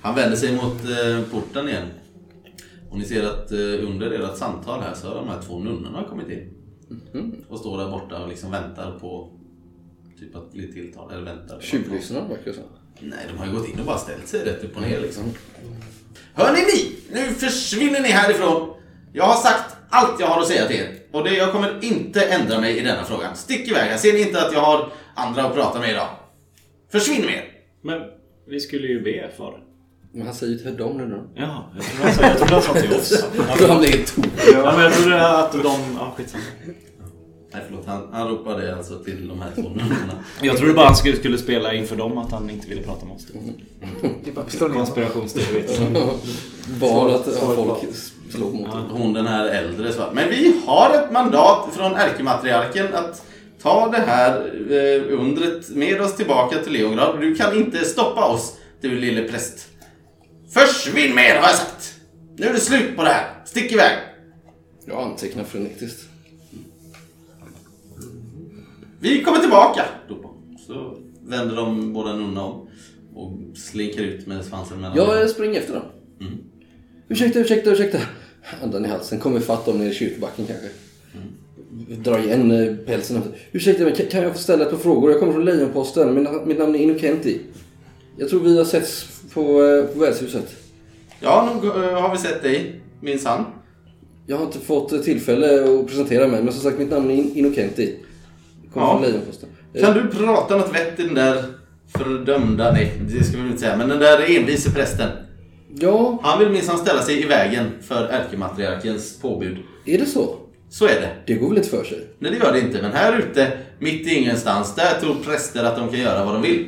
Speaker 3: Han vänder sig mot eh, porten igen. Och ni ser att eh, under ert samtal här så har de här två nunnorna kommit in. Och står där borta och liksom väntar på typ att bli tilltalade. Eller väntar. på-
Speaker 4: Tjuvlyssnare verkar det som.
Speaker 3: Nej, de har ju gått in och bara ställt sig rätt upp och ner liksom. Hörni ni! Nu försvinner ni härifrån! Jag har sagt allt jag har att säga till er. Och det, jag kommer inte ändra mig i denna frågan. Stick iväg här. Ser ni inte att jag har andra att prata med idag? Försvinn med er!
Speaker 7: Men vi skulle ju be för.
Speaker 4: Men han säger ju till dem nu då.
Speaker 7: Ja, jag trodde han sa- jag trodde han sa till oss.
Speaker 4: Då [LAUGHS] han blir helt tokig.
Speaker 7: [LAUGHS] Ja, men jag trodde att de... Ja, skitsamma.
Speaker 3: Nej förlåt, han, han ropade alltså till de här två nunnorna.
Speaker 7: Jag trodde bara han skulle, skulle spela inför dem att han inte ville prata med oss.
Speaker 6: Det är bara pistol ner.
Speaker 7: Konspirationsteoretiskt.
Speaker 4: Bara att ja, folk slår mot honom.
Speaker 3: Hon den här äldre svarade. Men vi har ett mandat från ärkematriarken att ta det här eh, undret med oss tillbaka till Leograd. Du kan inte stoppa oss, du lille präst. Försvinn med er har jag sagt! Nu är det slut på det här. Stick iväg!
Speaker 4: Jag antecknar frenetiskt.
Speaker 3: Vi kommer tillbaka! ropar hon. Så vänder de båda nunnorna om och slinker ut med svansen mellan
Speaker 4: Jag eh,
Speaker 3: dem.
Speaker 4: springer efter dem. Ursäkta, ursäkta, ursäkta. Andan i halsen. Kommer ifatt dem ner i kyrkbacken kanske. Dra igen eh, pälsen. Ursäkta mig, kan- kan jag få ställa ett par frågor? Jag kommer från Lejonposten. Mitt, na- mitt namn är Innocenti. Jag tror vi har setts på, eh, på värdshuset.
Speaker 3: Ja, nog eh, har vi sett dig, minsann.
Speaker 4: Jag har inte fått eh, tillfälle att presentera mig, men som sagt mitt namn är In- Innocenti. Kommer
Speaker 3: Ja.
Speaker 4: från Lejonposten. Eh,
Speaker 3: Kan du prata något vett i den där fördömda, nej det ska vi väl inte säga, men den där envise prästen.
Speaker 4: Ja,
Speaker 3: Han vill minsann ställa sig i vägen för ärkematriarkens påbud.
Speaker 4: är det så?
Speaker 3: Så är det.
Speaker 4: Det går väl inte för sig?
Speaker 3: Nej det gör det inte, men här ute, mitt i ingenstans, där tror präster att de kan göra vad de vill.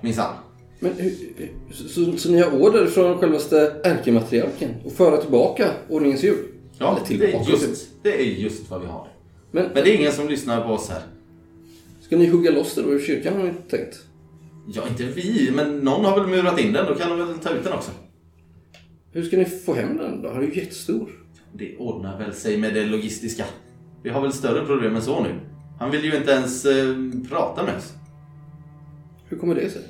Speaker 3: Minsann.
Speaker 4: Men hur- hur- så, så, så ni har order från självaste ärkematriarken att föra tillbaka ordningens djur?
Speaker 3: Ja,
Speaker 4: Eller
Speaker 3: det är,
Speaker 4: tillbaka.
Speaker 3: just, det är just vad vi har.
Speaker 4: Men
Speaker 3: Men det är ingen som lyssnar på oss här.
Speaker 4: ska ni hugga loss det då ur kyrkan har ni tänkt?
Speaker 3: Ja, inte vi, men någon har väl murat in den. Då kan de väl ta ut den också.
Speaker 4: Hur ska ni få hem den då? Den är ju jättestor.
Speaker 3: Det ordnar väl sig med det logistiska. Vi har väl större problem än så nu. Han vill ju inte ens eh, prata med oss.
Speaker 4: Hur kommer det sig?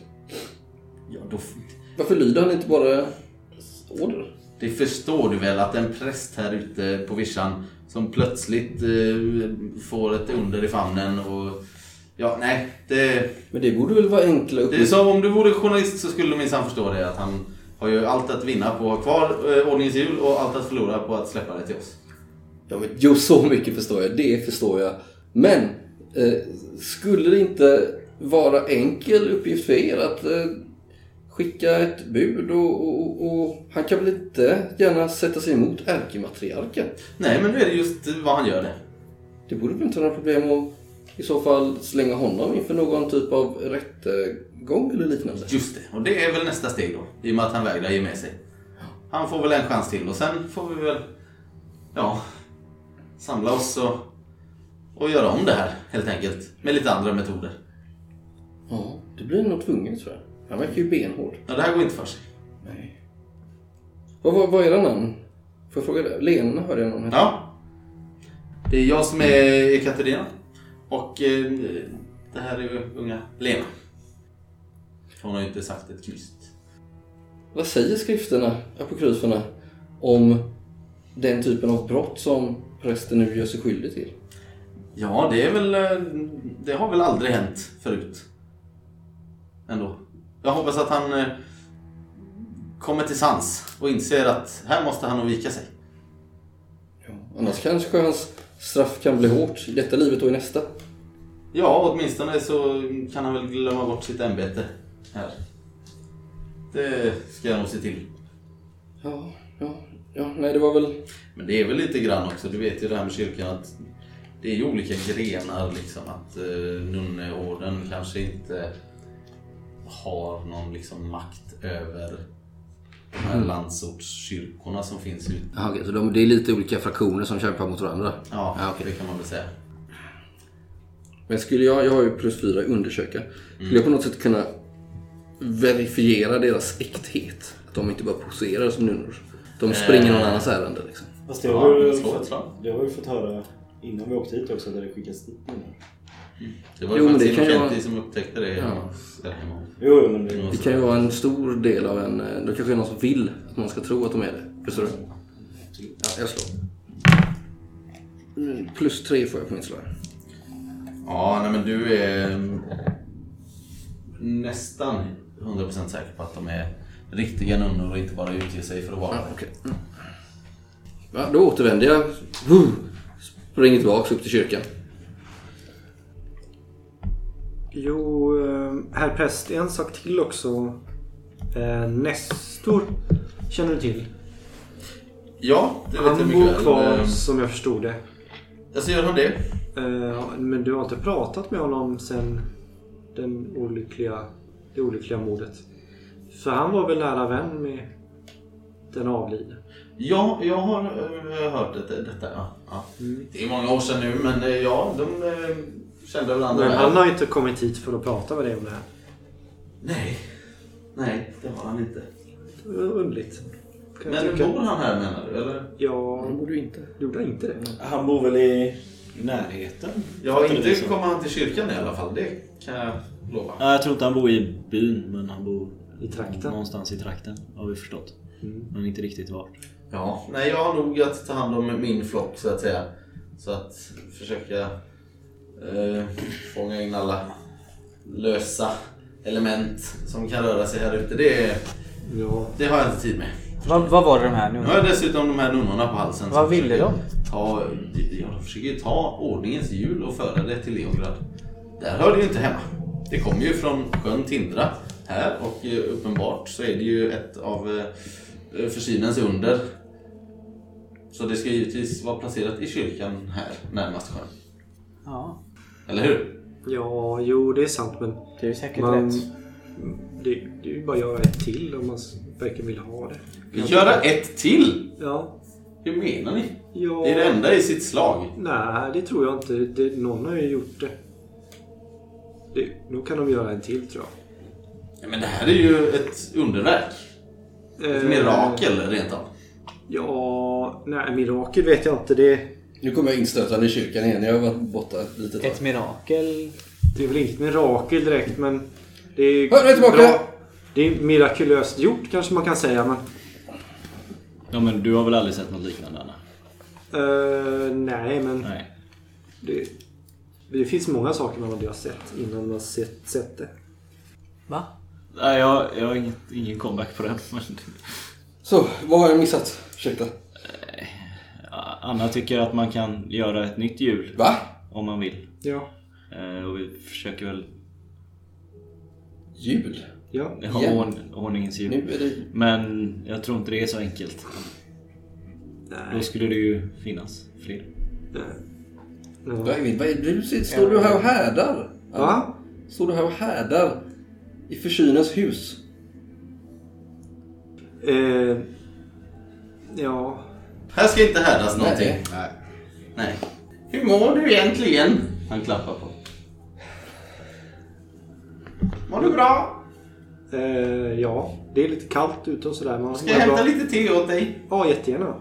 Speaker 3: Ja, då,
Speaker 4: Varför lyder han inte bara order?
Speaker 3: det förstår du väl att en präst här ute på vischan som plötsligt eh, får ett under i famnen och... Ja, nej. Det,
Speaker 4: Men det borde väl vara enkla
Speaker 3: det är
Speaker 4: uppgifter?
Speaker 3: som om du vore journalist så skulle du minsann förstå det. Att han har ju allt att vinna på att ha kvar eh, ordningens hjul och allt att förlora på att släppa det till oss.
Speaker 4: Ja, men jo, så mycket förstår jag. Det förstår jag. Men eh, skulle det inte vara enkel uppgift för er att eh, skicka ett bud och, och, och, och han kan väl inte gärna sätta sig emot ärkematriarken?
Speaker 3: Nej, men nu är det just vad han gör det.
Speaker 4: Det borde väl inte vara några problem att i så fall slänga honom inför någon typ av rättegång eller liknande.
Speaker 3: Just det, och det är väl nästa steg då. I och med att han vägrar ge med sig. Han får väl en chans till och sen får vi väl... Ja... Samla oss och... Och göra om det här, helt enkelt. Med lite andra metoder.
Speaker 4: Ja, det blir nog tvunget tror jag. Han verkar ju benhård.
Speaker 3: Ja, det här går inte för sig.
Speaker 4: Nej. Vad, vad, vad är era namn? Får jag fråga det? Lena hörde jag någon hette.
Speaker 3: Ja. Det är jag som är Ekaterina. Och eh, det här är ju unga Lena. Hon har ju inte sagt ett knyst.
Speaker 4: Vad säger skrifterna, apokryferna, om den typen av brott som prästen nu gör sig skyldig till?
Speaker 3: Ja, det är väl... eh, Det har väl aldrig hänt förut. Ändå. Jag hoppas att han eh, kommer till sans och inser att här måste han nog vika sig.
Speaker 4: Annars kanske hans straff kan bli hårt i detta livet och i nästa.
Speaker 3: Ja, åtminstone så kan han väl glömma bort sitt ämbete här. Det ska jag nog se till.
Speaker 4: Ja, ja, ja, nej det var väl...
Speaker 3: Men det är väl lite grann också, du vet ju det här med kyrkan att det är ju olika grenar liksom. Att eh, nunneorden kanske inte har någon liksom makt över de här
Speaker 4: Mm.
Speaker 3: landsortskyrkorna som finns ute.
Speaker 4: Jaha, okej, så de, det är lite olika fraktioner som kämpar mot varandra?
Speaker 3: Ja,
Speaker 4: Ja, okej.
Speaker 3: det kan man väl säga.
Speaker 4: Men skulle jag, jag har ju plus fyra i undersöka. Skulle jag på något sätt kunna verifiera deras äkthet? Att de inte bara poserar som nunnor. De springer
Speaker 3: Eh.
Speaker 4: någon annans ärende liksom.
Speaker 10: Fast det
Speaker 3: Ja,
Speaker 10: har, vi,
Speaker 3: men slå ett slag.
Speaker 10: det har vi fått höra innan vi åkte hit också, där det skickas dit nu.
Speaker 3: Det var ju
Speaker 4: Jo, men
Speaker 3: faktiskt
Speaker 4: det kan ju
Speaker 3: Innocenti
Speaker 4: vara-
Speaker 3: som upptäckte det.
Speaker 4: Ja.
Speaker 3: där hemma.
Speaker 10: Jo, jo, men det,
Speaker 4: Det kan ju vara en stor del av en... eh, Det kanske är någon som vill att man ska tro att de är det. Förstår du? Ja, jag slår. Mm, Plus tre får jag på min slag.
Speaker 3: Ja, nej men du är mm, nästan 100% säker på att de är riktiga nunnor och inte bara utger sig för att vara
Speaker 4: Ja,
Speaker 3: det.
Speaker 4: okej. Mm. Ja, då återvänder jag. Huh! Springer tillbaka upp till kyrkan.
Speaker 5: Jo, eh, herr präst, en sak till också. Eh, Nestor känner du till?
Speaker 3: Ja, det vet jag
Speaker 5: Han
Speaker 3: mycket
Speaker 5: bor kvar
Speaker 3: väl. Ehm,
Speaker 5: som jag förstod det.
Speaker 3: Alltså gör han det?
Speaker 5: Eh, Men du har inte pratat med honom sen den olyckliga, det olyckliga mordet? För han var väl nära vän med den avlidne?
Speaker 3: Ja, jag har eh, hört det, detta. Ja. Ja. Det är många år sedan nu, men eh, ja, de eh, kände varandra
Speaker 5: Men
Speaker 3: väl.
Speaker 5: han har ju inte kommit hit för att prata med dig om det här.
Speaker 3: Nej. Nej, det har han inte.
Speaker 5: Det var Underligt. Kan jag
Speaker 3: Men
Speaker 5: tycka.
Speaker 3: bor han här menar du? Eller?
Speaker 5: Ja,
Speaker 4: borde ju inte. Mm.
Speaker 5: gjorde han inte det?
Speaker 10: han bor väl i närheten?
Speaker 3: Jag
Speaker 10: Fattar
Speaker 3: har
Speaker 10: du
Speaker 3: inte
Speaker 10: det så?
Speaker 3: kommit han till kyrkan i alla fall, det kan jag lova.
Speaker 10: Nej, jag tror inte han bor i byn, men han bor
Speaker 5: I trakten? Mm.
Speaker 10: någonstans i trakten. Har vi förstått. Men inte riktigt vart.
Speaker 3: Ja, nej jag har nog att ta hand om min flock så att säga. Så att försöka eh, fånga in alla lösa element som kan röra sig här ute. Det,
Speaker 5: Ja.
Speaker 3: det har jag inte tid med.
Speaker 6: Vad, vad var det de här nu?
Speaker 3: Nu har jag dessutom de här nunnorna på halsen. som
Speaker 6: Vad ville
Speaker 3: försöker Ta, ja, de försöker ju ta ordningens hjul och föra det till Leograd. Där hör det ju inte hemma. Det kommer ju från sjön Tindra här och eh, uppenbart så är det ju ett av eh, försynens under. Så det ska givetvis vara placerat i kyrkan här närmast sjön.
Speaker 6: Ja,
Speaker 3: Eller hur?
Speaker 5: Ja, jo det är sant men
Speaker 6: det är säkert
Speaker 5: man,
Speaker 6: rätt.
Speaker 5: det, det är ju bara att göra ett till om man s- verkligen vill ha det.
Speaker 3: Göra ett till!
Speaker 5: Ja.
Speaker 3: Hur menar ni?
Speaker 5: ja.
Speaker 3: Det är det enda i sitt slag.
Speaker 5: Nej, det tror jag inte. Det, någon har ju gjort det. det. Nu kan de göra en till tror jag.
Speaker 3: Ja, Men det här är ju ett underverk. Ett
Speaker 5: Eh,
Speaker 3: mirakel rent av.
Speaker 5: Ja, nej mirakel vet jag inte. Det,
Speaker 4: Nu kommer jag instötande i kyrkan igen. Jag har varit borta ett litet tag.
Speaker 6: Ett mirakel.
Speaker 5: det är väl inget mirakel direkt men... Det är
Speaker 4: Hör, nu är jag tillbaka!
Speaker 5: Det är mirakulöst gjort kanske man kan säga men...
Speaker 10: Ja, men du har väl aldrig sett något liknande Anna?
Speaker 5: eh, nej men
Speaker 10: Nej.
Speaker 5: det, det finns många saker man aldrig har sett innan man har sett, sett det.
Speaker 6: Va?
Speaker 10: Nej, jag, jag har inget, ingen comeback på [LAUGHS] den. Men
Speaker 4: Så, vad har jag missat? Ursäkta.
Speaker 10: Anna tycker att man kan göra ett nytt hjul.
Speaker 4: Va?
Speaker 10: Om man vill.
Speaker 5: Ja.
Speaker 10: Eh, Och vi försöker väl
Speaker 4: Jul?
Speaker 5: Ja.
Speaker 10: ha
Speaker 4: Ja.
Speaker 10: ord- ordningens hjul.
Speaker 4: Nu är det...
Speaker 10: Men jag tror inte det är så enkelt. Då
Speaker 5: Nej.
Speaker 10: skulle det ju finnas fler.
Speaker 5: Ja.
Speaker 4: Vad är, vad är, du sitter- står du här och härdar?
Speaker 5: Va?
Speaker 4: Står du här och härdar? I försynens hus?
Speaker 5: Eh, ja.
Speaker 3: Här ska inte härdas någonting.
Speaker 4: Nej.
Speaker 3: Nej. Nej. Hur mår du egentligen? Han klappar på. Mår du bra?
Speaker 5: Eh, ja, det är lite kallt ute och sådär. Man
Speaker 3: Ska jag
Speaker 5: man
Speaker 3: hämta
Speaker 5: drar-
Speaker 3: lite te åt dig?
Speaker 5: Ja, jättegärna.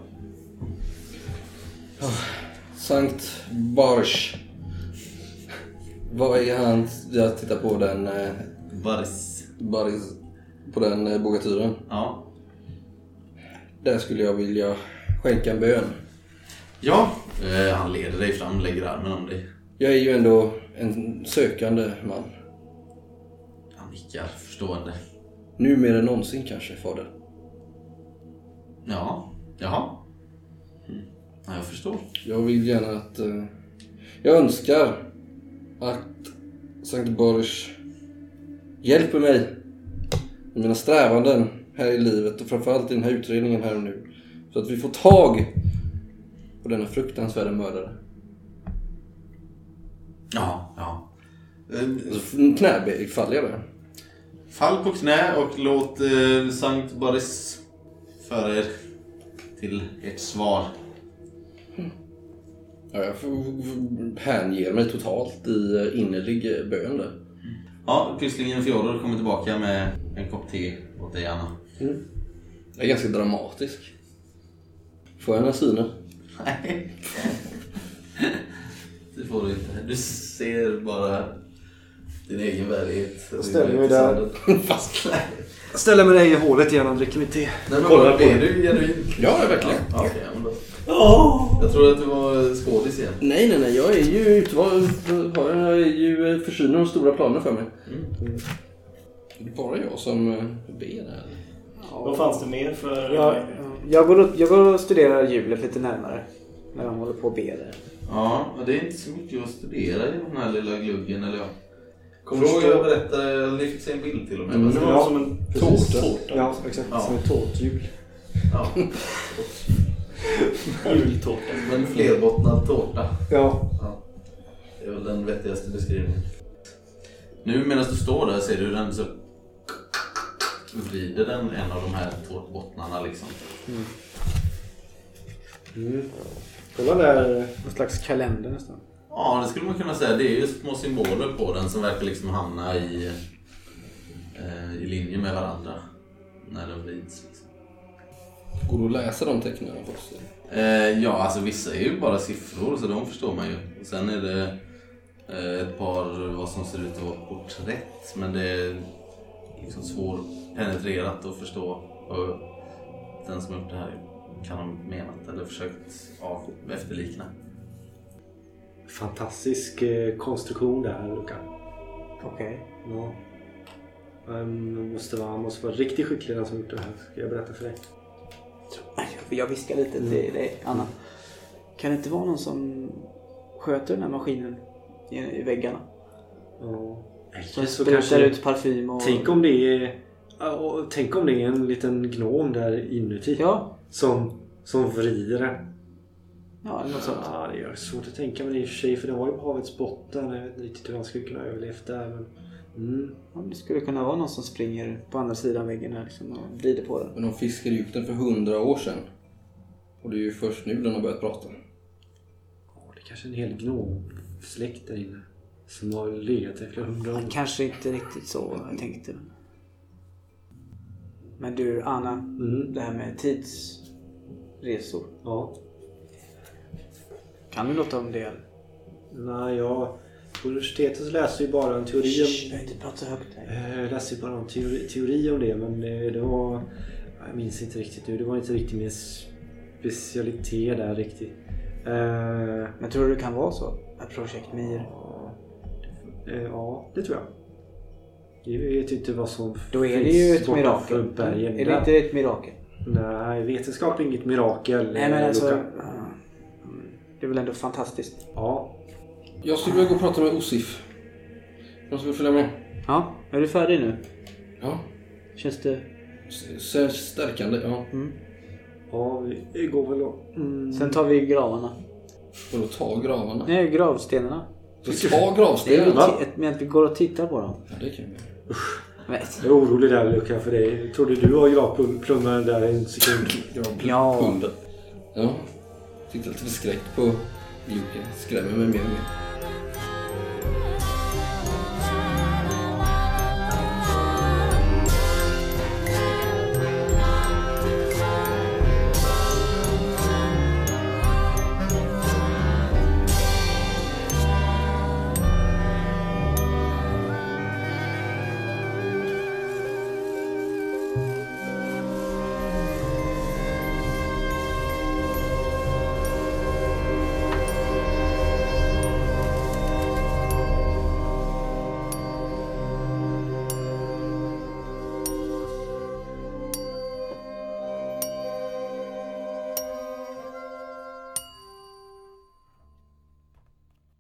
Speaker 4: Sankt Bars. Vad är hans... Jag tittar på den... Eh,
Speaker 3: Bars.
Speaker 4: Baris, på den eh, bogatyren.
Speaker 3: Ja.
Speaker 4: Där skulle jag vilja skänka en bön.
Speaker 3: Ja. Eh, han leder dig fram, lägger armen om dig.
Speaker 4: Jag är ju ändå en sökande man.
Speaker 3: Han nickar förstående.
Speaker 4: Nu mer än någonsin kanske, fader.
Speaker 3: Ja. Jaha. Mm. Ja, jag förstår.
Speaker 4: Jag vill gärna att... eh, jag önskar att Sankt Boris hjälper mig i mina strävanden här i livet och framförallt i den här utredningen här och nu. Så att vi får tag på denna fruktansvärda mördare.
Speaker 3: Ja, ja. Eh,
Speaker 4: Alltså, f- knäböj faller jag med.
Speaker 3: Fall på knä och låt eh, Sankt Boris föra er till ert svar.
Speaker 4: Ja, jag f- f- hänger mig totalt i eh, innerlig eh, bön där.
Speaker 3: Ja, Pysslingen Fjodor kommer tillbaka med en kopp te åt dig, Anna.
Speaker 4: Jag är ganska dramatisk. Får jag några syner?
Speaker 3: Nej. det får du inte. Du ser bara din egen värdighet. Jag
Speaker 5: ställer mig där.
Speaker 3: Fast
Speaker 5: Jag ställer mig dig i hålet igen och dricker mitt te.
Speaker 3: Nej, men
Speaker 5: Kollar
Speaker 3: Kolla
Speaker 5: på
Speaker 3: är du genuin?
Speaker 4: Ja, verkligen.
Speaker 3: Ja, okej, ja, men då. Jag trodde att du var skådis igen.
Speaker 4: Nej, nej, nej. Jag är ju utvald. Jag är ju eh, försynen och stora planer för mig. Mm. Det är bara jag som eh, ber här.
Speaker 10: Vad fanns det mer för...
Speaker 8: Jag, jag, går och, jag går och studerar hjulet lite närmare. När de håller på och ber där.
Speaker 3: Ja, men det är inte så mycket att studera i den här lilla gluggen. Eller jag.
Speaker 10: Kommer
Speaker 3: Fråga
Speaker 10: förstå-
Speaker 3: jag berättade, jag lyfte sig en bild till och med.
Speaker 4: Mm.
Speaker 10: Det var
Speaker 5: Ja,
Speaker 10: som en
Speaker 4: precis.
Speaker 10: tårta. tårta.
Speaker 5: Ja, exakt.
Speaker 3: Ja.
Speaker 5: Som ett tårthjul.
Speaker 3: Ja,
Speaker 10: Jultårta.
Speaker 3: men flerbottnad tårta.
Speaker 5: Ja.
Speaker 3: Ja. Det är väl den vettigaste beskrivningen. Nu medan du står där ser du hur den så vrider den en av de här tårtbottnarna liksom.
Speaker 5: Kolla där.
Speaker 8: Någon slags kalender nästan.
Speaker 3: Ja, det skulle man kunna säga. Det är ju små symboler på den som verkar liksom hamna i, eh, i linje med varandra. När den vrids. Liksom.
Speaker 4: Går du att läsa de teckningarna för oss?
Speaker 3: Eh, ja, alltså vissa är ju bara siffror så de förstår man ju. Och sen är det eh, ett par vad som ser ut att vara porträtt men det är liksom svårpenetrerat att förstå vad den som har gjort det här kan ha menat eller försökt av, efterlikna.
Speaker 5: Fantastisk eh, konstruktion där, Luca.
Speaker 8: Okej.
Speaker 5: Ja. Han måste vara, han måste vara riktigt skicklig den som gjort det här. Ska jag berätta för dig?
Speaker 8: Jag viskar lite till dig, Anna. Kan det inte vara någon som sköter den här maskinen i, i väggarna?
Speaker 5: Ja.
Speaker 8: Som
Speaker 5: Så
Speaker 8: sprutar
Speaker 5: kanske-
Speaker 8: ut parfym och...
Speaker 5: Tänk om det är... ja, och Tänk om det är en liten gnom där inuti.
Speaker 8: Ja,
Speaker 5: Som, som vrider den.
Speaker 8: ja eller något sånt.
Speaker 5: Ja, Alltså, ah, det är svårt att tänka men i och för sig för det var ju på havets botten. Jag vet inte riktigt hur han skulle kunna ha överlevt där men... Mm.
Speaker 8: Ja, men Det skulle kunna vara någon som springer på andra sidan väggen här liksom och vrider på den.
Speaker 4: Men de fiskade ju upp den för hundra år sedan. Och det är ju först nu den har börjat prata.
Speaker 5: Ja, Det är kanske är en hel gnomsläkt där inne. Som har legat efter hundra år.
Speaker 8: Kanske inte riktigt så jag tänkte. Men du Anna,
Speaker 5: Mm.
Speaker 8: det här med tidsresor.
Speaker 5: Ja.
Speaker 8: Kan du något om det? eller?
Speaker 5: Nej, jag... På universitetet så läser vi bara en teori om...
Speaker 8: Shh, jag har inte pratat så högt här.
Speaker 5: Eh, Jag läste ju bara någon teori, teori om det men eh, det var... Jag minns inte riktigt nu. Det var inte riktigt min specialitet där riktigt. Eh,
Speaker 8: Men tror du det kan vara så? Att Projekt Mir,
Speaker 5: eh, ja, det tror jag. Jag vet inte typ vad som
Speaker 8: då är det
Speaker 5: finns
Speaker 8: ju ett
Speaker 5: borta
Speaker 8: mirakel.
Speaker 5: för Bergen
Speaker 8: Är det
Speaker 5: där.
Speaker 8: inte ett mirakel?
Speaker 5: Nej, vetenskap är inget mirakel.
Speaker 8: Nej men
Speaker 5: eh,
Speaker 8: alltså...
Speaker 5: Luca.
Speaker 8: ja, Det är väl ändå fantastiskt.
Speaker 5: Ja.
Speaker 4: Jag skulle vilja gå och prata med Osif. De skulle följa med.
Speaker 8: Ja, är du färdig nu?
Speaker 4: Ja.
Speaker 8: Känns det...
Speaker 4: S- s- Stärkande, ja.
Speaker 5: Ja, vi- vi går väl och... Mm.
Speaker 8: Sen tar vi gravarna.
Speaker 4: Vadå, ta gravarna?
Speaker 8: Nej, gravstenarna.
Speaker 4: Ta
Speaker 8: Det är ju
Speaker 4: gravstenarna?
Speaker 8: ti- ett- men att vi går och tittar på dem.
Speaker 4: Ja, det kan vi göra.
Speaker 8: Men-
Speaker 5: Jag är orolig där Luca för dig. Trodde du var gravplummaren där i en sekund?
Speaker 8: Ja.
Speaker 4: Hunden. Ja. Tittar lite förskräckt på Luke. Skrämmer mig mer och mer.